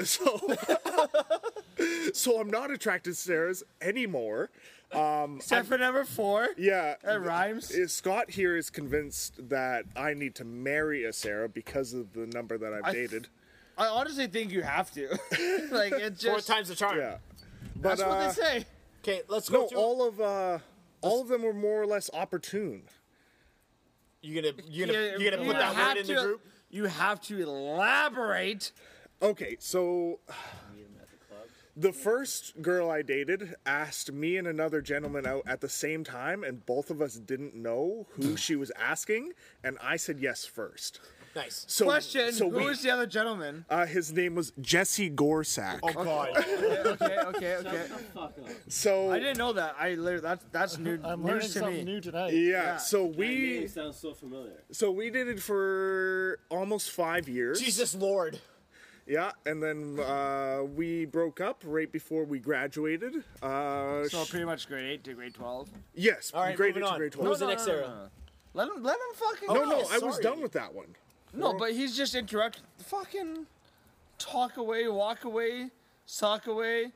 Speaker 6: So, so I'm not attracted to Sarah's anymore.
Speaker 5: Except for number four.
Speaker 6: Yeah,
Speaker 5: That rhymes.
Speaker 6: is- Scott here is convinced that I need to marry a Sarah because of the number that I've
Speaker 5: I-
Speaker 6: dated.
Speaker 5: I honestly think you have to. like it's
Speaker 4: Four
Speaker 5: just
Speaker 4: times the charm.
Speaker 6: Yeah, but
Speaker 5: that's what
Speaker 6: uh,
Speaker 5: they say.
Speaker 4: Okay, let's go
Speaker 6: no,
Speaker 4: through.
Speaker 6: all of uh, all of them were more or less opportune.
Speaker 4: you gonna you gonna
Speaker 5: Yeah,
Speaker 4: you gonna
Speaker 5: you
Speaker 4: put that
Speaker 5: have
Speaker 4: word in
Speaker 5: to-
Speaker 4: the group?
Speaker 5: You have to elaborate.
Speaker 6: Oh, Okay, so the first girl I dated asked me and another gentleman out at the same time, and both of us didn't know who
Speaker 5: Mm.
Speaker 6: she was asking, and I said yes first.
Speaker 4: Nice.
Speaker 6: So,
Speaker 5: Question:
Speaker 6: So
Speaker 5: Who
Speaker 6: we,
Speaker 5: was the other gentleman?
Speaker 6: uh, his name was Jesse Gorsack.
Speaker 4: Oh God.
Speaker 5: okay, okay, okay.
Speaker 6: So
Speaker 5: I didn't know that. I literally that's that's new
Speaker 8: I'm learning
Speaker 5: news to
Speaker 8: something
Speaker 5: me.
Speaker 8: new tonight.
Speaker 6: Yeah,
Speaker 5: Yeah.
Speaker 6: so we
Speaker 9: sounds so familiar.
Speaker 6: so we did it for almost five years.
Speaker 4: Jesus Lord.
Speaker 6: Yeah, and then uh, we broke up right before we graduated. Uh,
Speaker 5: So
Speaker 6: sh-
Speaker 5: pretty much grade eight to grade twelve.
Speaker 6: yes,
Speaker 4: All right,
Speaker 6: grade eight
Speaker 4: moving
Speaker 6: to
Speaker 4: on.
Speaker 6: grade
Speaker 4: Who was
Speaker 6: twelve.
Speaker 4: the next
Speaker 5: no, no,
Speaker 4: Sarah?
Speaker 5: Let him let him fucking.
Speaker 6: No,
Speaker 5: go.
Speaker 6: no,
Speaker 4: yes,
Speaker 6: I was
Speaker 4: sorry.
Speaker 6: done with that one.
Speaker 5: no, but he's just interrupt. Fucking talk away, walk away, sock away.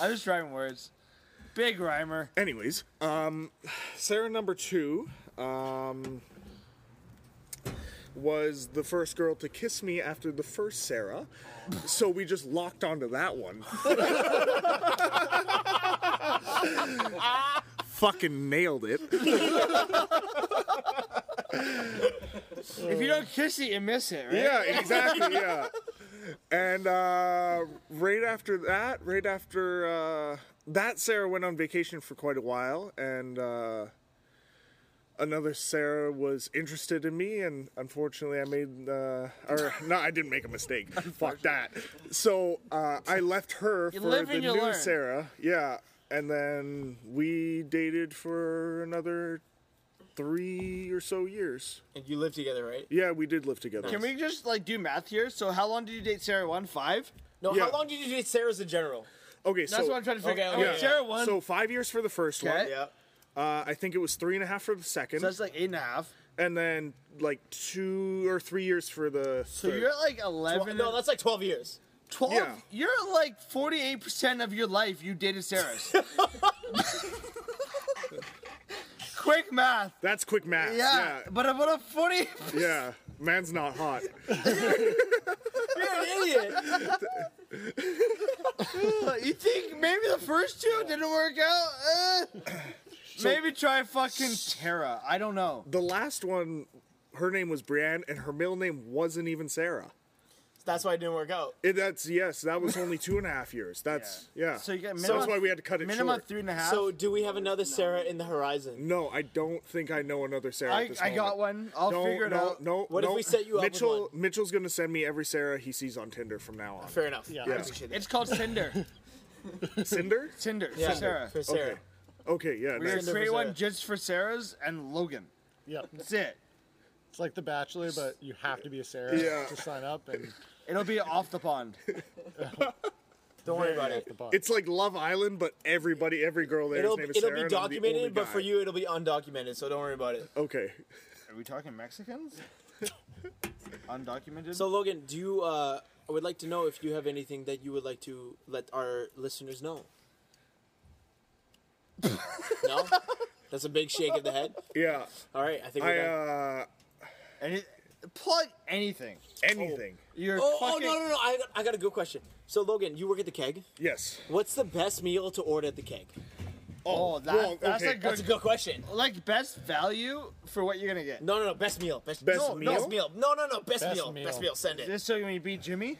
Speaker 5: I'm just rhyming words. Big rhymer.
Speaker 6: Anyways, um, Sarah number two um, was the first girl to kiss me after the first Sarah, so we just locked onto that one. Fucking nailed it.
Speaker 5: If you don't kiss it, you miss it, right?
Speaker 6: Yeah, exactly. Yeah. And uh, right after that, right after uh, that, Sarah went on vacation for quite a while, and uh, another Sarah was interested in me, and unfortunately, I made uh, or no, I didn't make a mistake. Fuck that. So uh, I left her
Speaker 5: You
Speaker 6: for
Speaker 5: live
Speaker 6: the
Speaker 5: and you
Speaker 6: new
Speaker 5: learn.
Speaker 6: Sarah. Yeah, and then we dated for another three or so years.
Speaker 4: And you live together, right?
Speaker 6: Yeah, we did live together.
Speaker 5: Can we just like do math here? So how long did you date Sarah? One five.
Speaker 4: No.
Speaker 6: Yeah.
Speaker 4: How long did you date Sarah's in general?
Speaker 6: Okay,
Speaker 5: That's
Speaker 6: so
Speaker 5: what I'm trying to figure
Speaker 4: Okay,
Speaker 5: out.
Speaker 4: okay,
Speaker 5: Wait,
Speaker 4: yeah.
Speaker 5: Sarah one.
Speaker 6: So five years for the first one.
Speaker 5: Okay.
Speaker 4: Yeah.
Speaker 6: Uh, I think it was three and a half for the second,
Speaker 5: So that's like eight and a half.
Speaker 6: and then like two or three years for the.
Speaker 5: So you're at like
Speaker 4: Well,
Speaker 5: eleven.
Speaker 4: no, that's like 12 years.
Speaker 5: twelve.
Speaker 6: yeah.
Speaker 5: You're at, like forty-eight percent of your life you dated Sarah's. Quick math.
Speaker 6: That's quick math.
Speaker 5: Yeah,
Speaker 6: Yeah.
Speaker 5: but about a forty.
Speaker 6: Yeah. Man's not hot.
Speaker 4: You're an idiot.
Speaker 5: You think maybe the first two didn't work out? Uh, maybe try fucking Tara. I don't know.
Speaker 6: The last one, her name was Brienne, and her middle name wasn't even Sarah.
Speaker 4: That's why it didn't work out.
Speaker 6: It, that's yes. That was only two and a half years. That's yeah.
Speaker 5: So you got
Speaker 6: So
Speaker 5: minimum,
Speaker 6: that's why we had to cut it
Speaker 5: minimum
Speaker 6: short.
Speaker 5: three and a half.
Speaker 4: So do we have another Sarah in the horizon?
Speaker 6: no, I don't think I know another Sarah. at
Speaker 5: I,
Speaker 6: this
Speaker 5: I got
Speaker 6: moment.
Speaker 5: one. I'll
Speaker 6: No,
Speaker 5: figure it
Speaker 6: no,
Speaker 5: out.
Speaker 6: no.
Speaker 4: What if
Speaker 6: no.
Speaker 4: we set you up with
Speaker 6: Mitchell,
Speaker 4: one?
Speaker 6: Mitchell's gonna send me every Sarah he sees on Tinder from now on.
Speaker 4: Fair enough. Yeah. I
Speaker 6: Yeah.
Speaker 4: appreciate that.
Speaker 5: It's called Tinder.
Speaker 6: Cinder.
Speaker 5: Tinder
Speaker 4: Yeah,
Speaker 5: for Sarah.
Speaker 4: For Sarah.
Speaker 6: Okay. Okay, yeah.
Speaker 5: We're
Speaker 6: nice.
Speaker 5: gonna create
Speaker 4: Sarah.
Speaker 5: one just for Sarah's and Logan.
Speaker 8: Yeah.
Speaker 5: That's it.
Speaker 8: It's like The Bachelor, but you have to be a Sarah
Speaker 6: Yeah.
Speaker 8: to sign up and
Speaker 5: It'll be off the pond.
Speaker 4: Don't worry about it.
Speaker 8: the box.
Speaker 6: It's like Love Island, but everybody, every girl there,
Speaker 4: It'll,
Speaker 6: name is
Speaker 4: it'll
Speaker 6: Sarah,
Speaker 4: be
Speaker 6: and I'm the only
Speaker 4: documented, but for
Speaker 6: guy.
Speaker 4: you, it'll be undocumented, so don't worry about it.
Speaker 6: Okay.
Speaker 5: Are we talking Mexicans? Undocumented?
Speaker 4: So, Logan, do you, uh, I would like to know if you have anything that you would like to let our listeners know. no? That's a big shake of the head.
Speaker 6: Yeah.
Speaker 4: All right, I think we're
Speaker 6: I,
Speaker 4: done.
Speaker 6: uh,
Speaker 5: Any, plug anything.
Speaker 6: anything.
Speaker 5: You're
Speaker 4: Oh, oh,
Speaker 5: fucking.
Speaker 4: no, no, no. I, got- I got a good question. So, Logan, you work at the keg.
Speaker 6: Yes.
Speaker 4: What's the best meal to order at the keg?
Speaker 5: Oh, that,
Speaker 6: well,
Speaker 5: that's
Speaker 6: okay.
Speaker 5: a good.
Speaker 4: That's a good question.
Speaker 5: like best value for what you're gonna get.
Speaker 4: No, no, no. Best meal. Best,
Speaker 6: Best
Speaker 4: no,
Speaker 6: meal?
Speaker 4: Best meal. No, no, no. Best,
Speaker 8: Best
Speaker 4: meal.
Speaker 8: meal.
Speaker 4: Best meal. Send it.
Speaker 5: Just so when you beat Jimmy,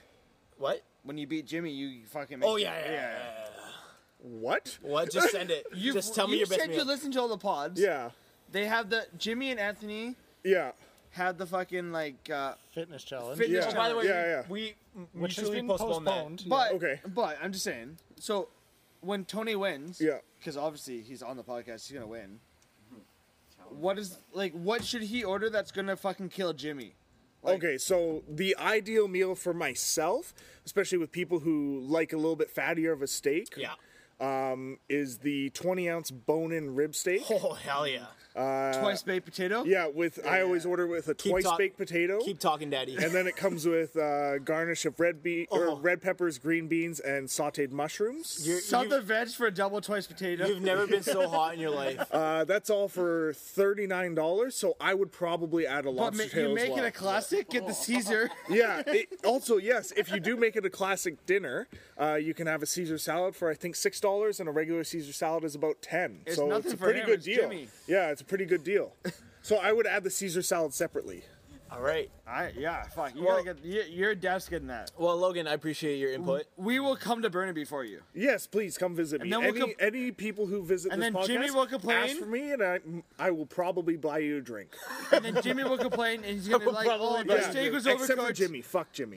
Speaker 4: What?
Speaker 5: when you beat Jimmy, you fucking. Make
Speaker 4: Oh yeah, yeah. yeah, yeah, yeah.
Speaker 6: What?
Speaker 4: What? Just send it.
Speaker 5: You,
Speaker 4: just tell
Speaker 5: you
Speaker 4: me your
Speaker 5: said
Speaker 4: best meal.
Speaker 5: you listened to all the pods.
Speaker 6: Yeah.
Speaker 5: They have the Jimmy and Anthony
Speaker 6: Yeah.
Speaker 5: have the fucking like. Uh,
Speaker 8: fitness challenge.
Speaker 5: Fitness-
Speaker 6: Yeah.
Speaker 5: Oh, by the way,
Speaker 6: yeah, yeah.
Speaker 4: we
Speaker 8: Which has
Speaker 4: mutually
Speaker 8: been
Speaker 4: postponed,
Speaker 8: postponed.
Speaker 4: that.
Speaker 5: but
Speaker 6: okay.
Speaker 5: But I'm just saying. So when Tony wins,
Speaker 6: Yeah.
Speaker 5: because obviously he's on the podcast, he's gonna win. What is like? What should he order that's gonna fucking kill Jimmy? Like-
Speaker 6: okay, so the ideal meal for myself, especially with people who like a little bit fattier of a steak,
Speaker 4: Yeah.
Speaker 6: um, is the 20 ounce bone in rib steak.
Speaker 4: Oh hell yeah!
Speaker 5: Twice baked potato.
Speaker 6: Uh, Yeah, with I always order with a twice
Speaker 4: talk-
Speaker 6: baked potato,
Speaker 4: Keep talking, Daddy.
Speaker 6: and then it comes with uh, garnish of red be-
Speaker 4: Oh.
Speaker 5: Uh-huh.
Speaker 6: or red peppers, green beans, and sautéed mushrooms.
Speaker 4: You're-
Speaker 5: Sell the
Speaker 4: you've,
Speaker 5: veg for a double twice potato.
Speaker 4: you've never been so hot in your life.
Speaker 6: Uh, that's all for thirty nine dollars. So I would probably add a
Speaker 5: but
Speaker 6: lobster
Speaker 5: ma-
Speaker 6: tail
Speaker 5: you
Speaker 6: as
Speaker 5: make
Speaker 6: well.
Speaker 5: it a classic. Get the Caesar.
Speaker 6: yeah. It, also, yes, if you do make it a classic dinner, uh, you can have a Caesar salad for I think six dollars, and a regular Caesar salad is about ten.
Speaker 5: It's
Speaker 6: so
Speaker 5: nothing
Speaker 6: it's a
Speaker 5: for
Speaker 6: pretty
Speaker 5: him,
Speaker 6: good
Speaker 5: it's
Speaker 6: deal.
Speaker 5: Jimmy.
Speaker 6: Yeah, it's a pretty good deal. So I would add the Caesar salad separately.
Speaker 4: All right.
Speaker 5: I yeah. Fuck. You
Speaker 4: Well-
Speaker 5: gotta get. You, your dad's getting that.
Speaker 4: Well, Logan, I appreciate your input.
Speaker 5: We will come to Burnaby for you.
Speaker 6: Yes, please come visit me.
Speaker 5: then we'll
Speaker 6: Any,
Speaker 5: com-
Speaker 6: any people who visit
Speaker 5: And
Speaker 6: this
Speaker 5: then
Speaker 6: podcast,
Speaker 5: Jimmy will
Speaker 6: ask
Speaker 5: complain.
Speaker 6: for me, and I, I will probably buy you a drink.
Speaker 5: And then Jimmy will complain, and he's gonna be like, "Oh, the
Speaker 6: Yeah.
Speaker 5: steak was
Speaker 6: Except for
Speaker 5: overcooked."
Speaker 6: Jimmy. Fuck Jimmy.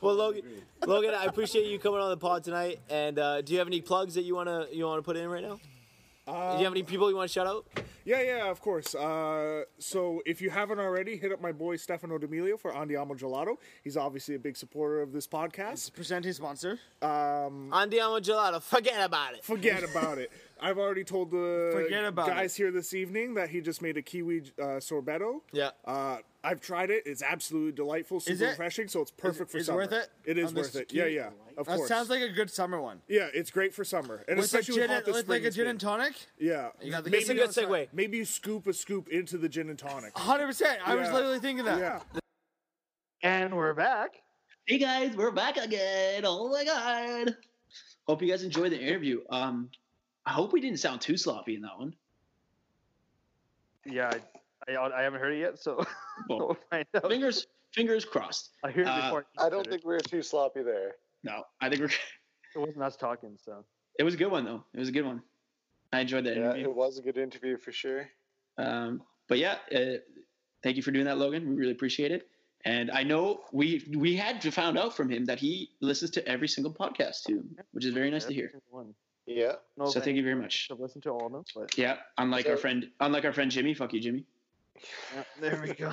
Speaker 4: Well, Logan, Logan, I appreciate you coming on the pod tonight. And uh, do you have any plugs that you wanna you wanna put in right now? do you have any people you want to shout out?
Speaker 6: Yeah, yeah, of course. Uh, so if you haven't already, hit up my boy Stefano D'Amelio for Andiamo Gelato. He's obviously a big supporter of this podcast.
Speaker 5: Present his sponsor.
Speaker 4: Andiamo Gelato, forget about it.
Speaker 6: Forget about it. I've already told the
Speaker 5: Forget about
Speaker 6: guys
Speaker 5: it.
Speaker 6: here this evening that he just made a kiwi uh, sorbetto.
Speaker 4: Yeah.
Speaker 6: Uh, I've tried it. It's absolutely delightful, super
Speaker 5: it-
Speaker 6: refreshing, so it's perfect for
Speaker 5: is it
Speaker 6: summer.
Speaker 5: worth it?
Speaker 6: It is
Speaker 5: On this
Speaker 6: worth it. Yeah,
Speaker 5: kiwi?
Speaker 6: yeah. Of
Speaker 5: That
Speaker 6: course.
Speaker 5: sounds like a good summer one.
Speaker 6: yeah, it's great for summer. And
Speaker 5: With, like,
Speaker 6: especially
Speaker 5: gin
Speaker 6: with,
Speaker 5: and,
Speaker 6: hot this
Speaker 5: with like
Speaker 6: spring
Speaker 5: a
Speaker 6: it's
Speaker 5: gin
Speaker 6: been.
Speaker 5: and tonic.
Speaker 6: Yeah.
Speaker 5: You got the
Speaker 4: It's a good segue.
Speaker 6: Maybe you scoop a scoop into the gin and tonic.
Speaker 5: 100. percent I was
Speaker 6: Yeah.
Speaker 5: literally thinking that.
Speaker 6: Yeah.
Speaker 2: And we're back.
Speaker 1: Hey guys, we're back again. Oh my god. Hope you guys enjoyed the interview. Um, I hope we didn't sound too sloppy in that one.
Speaker 2: Yeah, I, I, I haven't heard it yet, so we'll
Speaker 1: Well,
Speaker 2: find out.
Speaker 1: fingers fingers crossed.
Speaker 2: I heard it
Speaker 1: Uh,
Speaker 2: before.
Speaker 3: I don't think we were too sloppy there.
Speaker 1: No, I think we're.
Speaker 2: it wasn't us talking. So
Speaker 1: It was a good one though. It was a good one. I enjoyed that
Speaker 3: Yeah,
Speaker 1: interview.
Speaker 3: it was a good interview for sure.
Speaker 1: Um, but yeah, uh, thank you for doing that, Logan. We really appreciate it. And I know we we had to found out from him that he listens to every single podcast too, which is very nice to hear.
Speaker 2: One.
Speaker 3: Yeah.
Speaker 2: No,
Speaker 1: So thank you very much.
Speaker 2: I've listened to all of them, but
Speaker 1: Yeah, unlike our
Speaker 3: So-
Speaker 1: friend, unlike our friend Jimmy. Fuck you, Jimmy.
Speaker 2: yeah, there we go.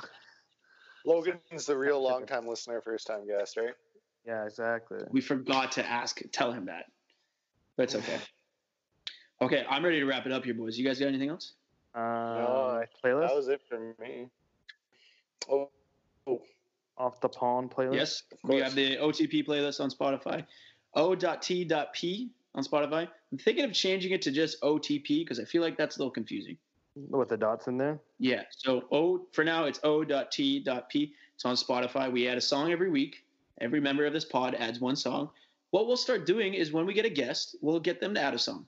Speaker 3: Logan's the real long time listener, first time guest, right?
Speaker 2: Yeah, exactly.
Speaker 1: We forgot to ask, tell him that. But it's okay. okay, I'm ready to wrap it up here, boys. You guys got anything else?
Speaker 2: Um,
Speaker 3: I-
Speaker 2: playlist
Speaker 3: That was it for me. Oh,
Speaker 2: off the pawn playlist.
Speaker 1: Yes,
Speaker 3: Of
Speaker 1: we
Speaker 3: course.
Speaker 1: have the OTP playlist on Spotify. O.T.P on Spotify. I'm thinking of changing it to just OTP because I feel like that's a little confusing.
Speaker 2: with the dots in there.
Speaker 1: Yeah. So O for now it's O.T.P. It's on Spotify. We add a song every week. Every member of this pod adds one song. What we'll start doing is when we get a guest, we'll get them to add a song.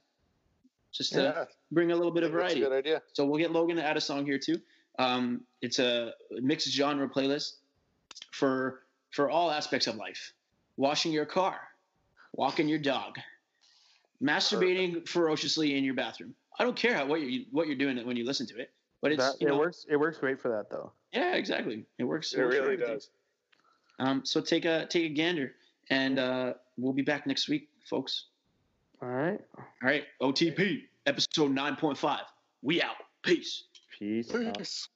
Speaker 1: Just to
Speaker 3: yeah. I think
Speaker 1: bring a little bit
Speaker 3: That's
Speaker 1: of
Speaker 3: a
Speaker 1: variety.
Speaker 3: good idea.
Speaker 1: So we'll get Logan to add a song here too. Um, it's a mixed genre playlist for for all aspects of life: washing your car, walking your dog, masturbating ferociously in your bathroom. I don't care how what you what you're doing when you listen to it, but it's
Speaker 2: That,
Speaker 1: you
Speaker 2: it
Speaker 1: know,
Speaker 2: works. It works great for that though.
Speaker 1: yeah, exactly. It works.
Speaker 3: It
Speaker 1: works for
Speaker 3: really
Speaker 1: everything.
Speaker 3: does.
Speaker 1: Um, so take a take a gander, and uh, we'll be back next week, folks.
Speaker 2: All right.
Speaker 1: All right, OTP episode nine point five. We out. Peace.
Speaker 2: Peace. out.
Speaker 3: Peace.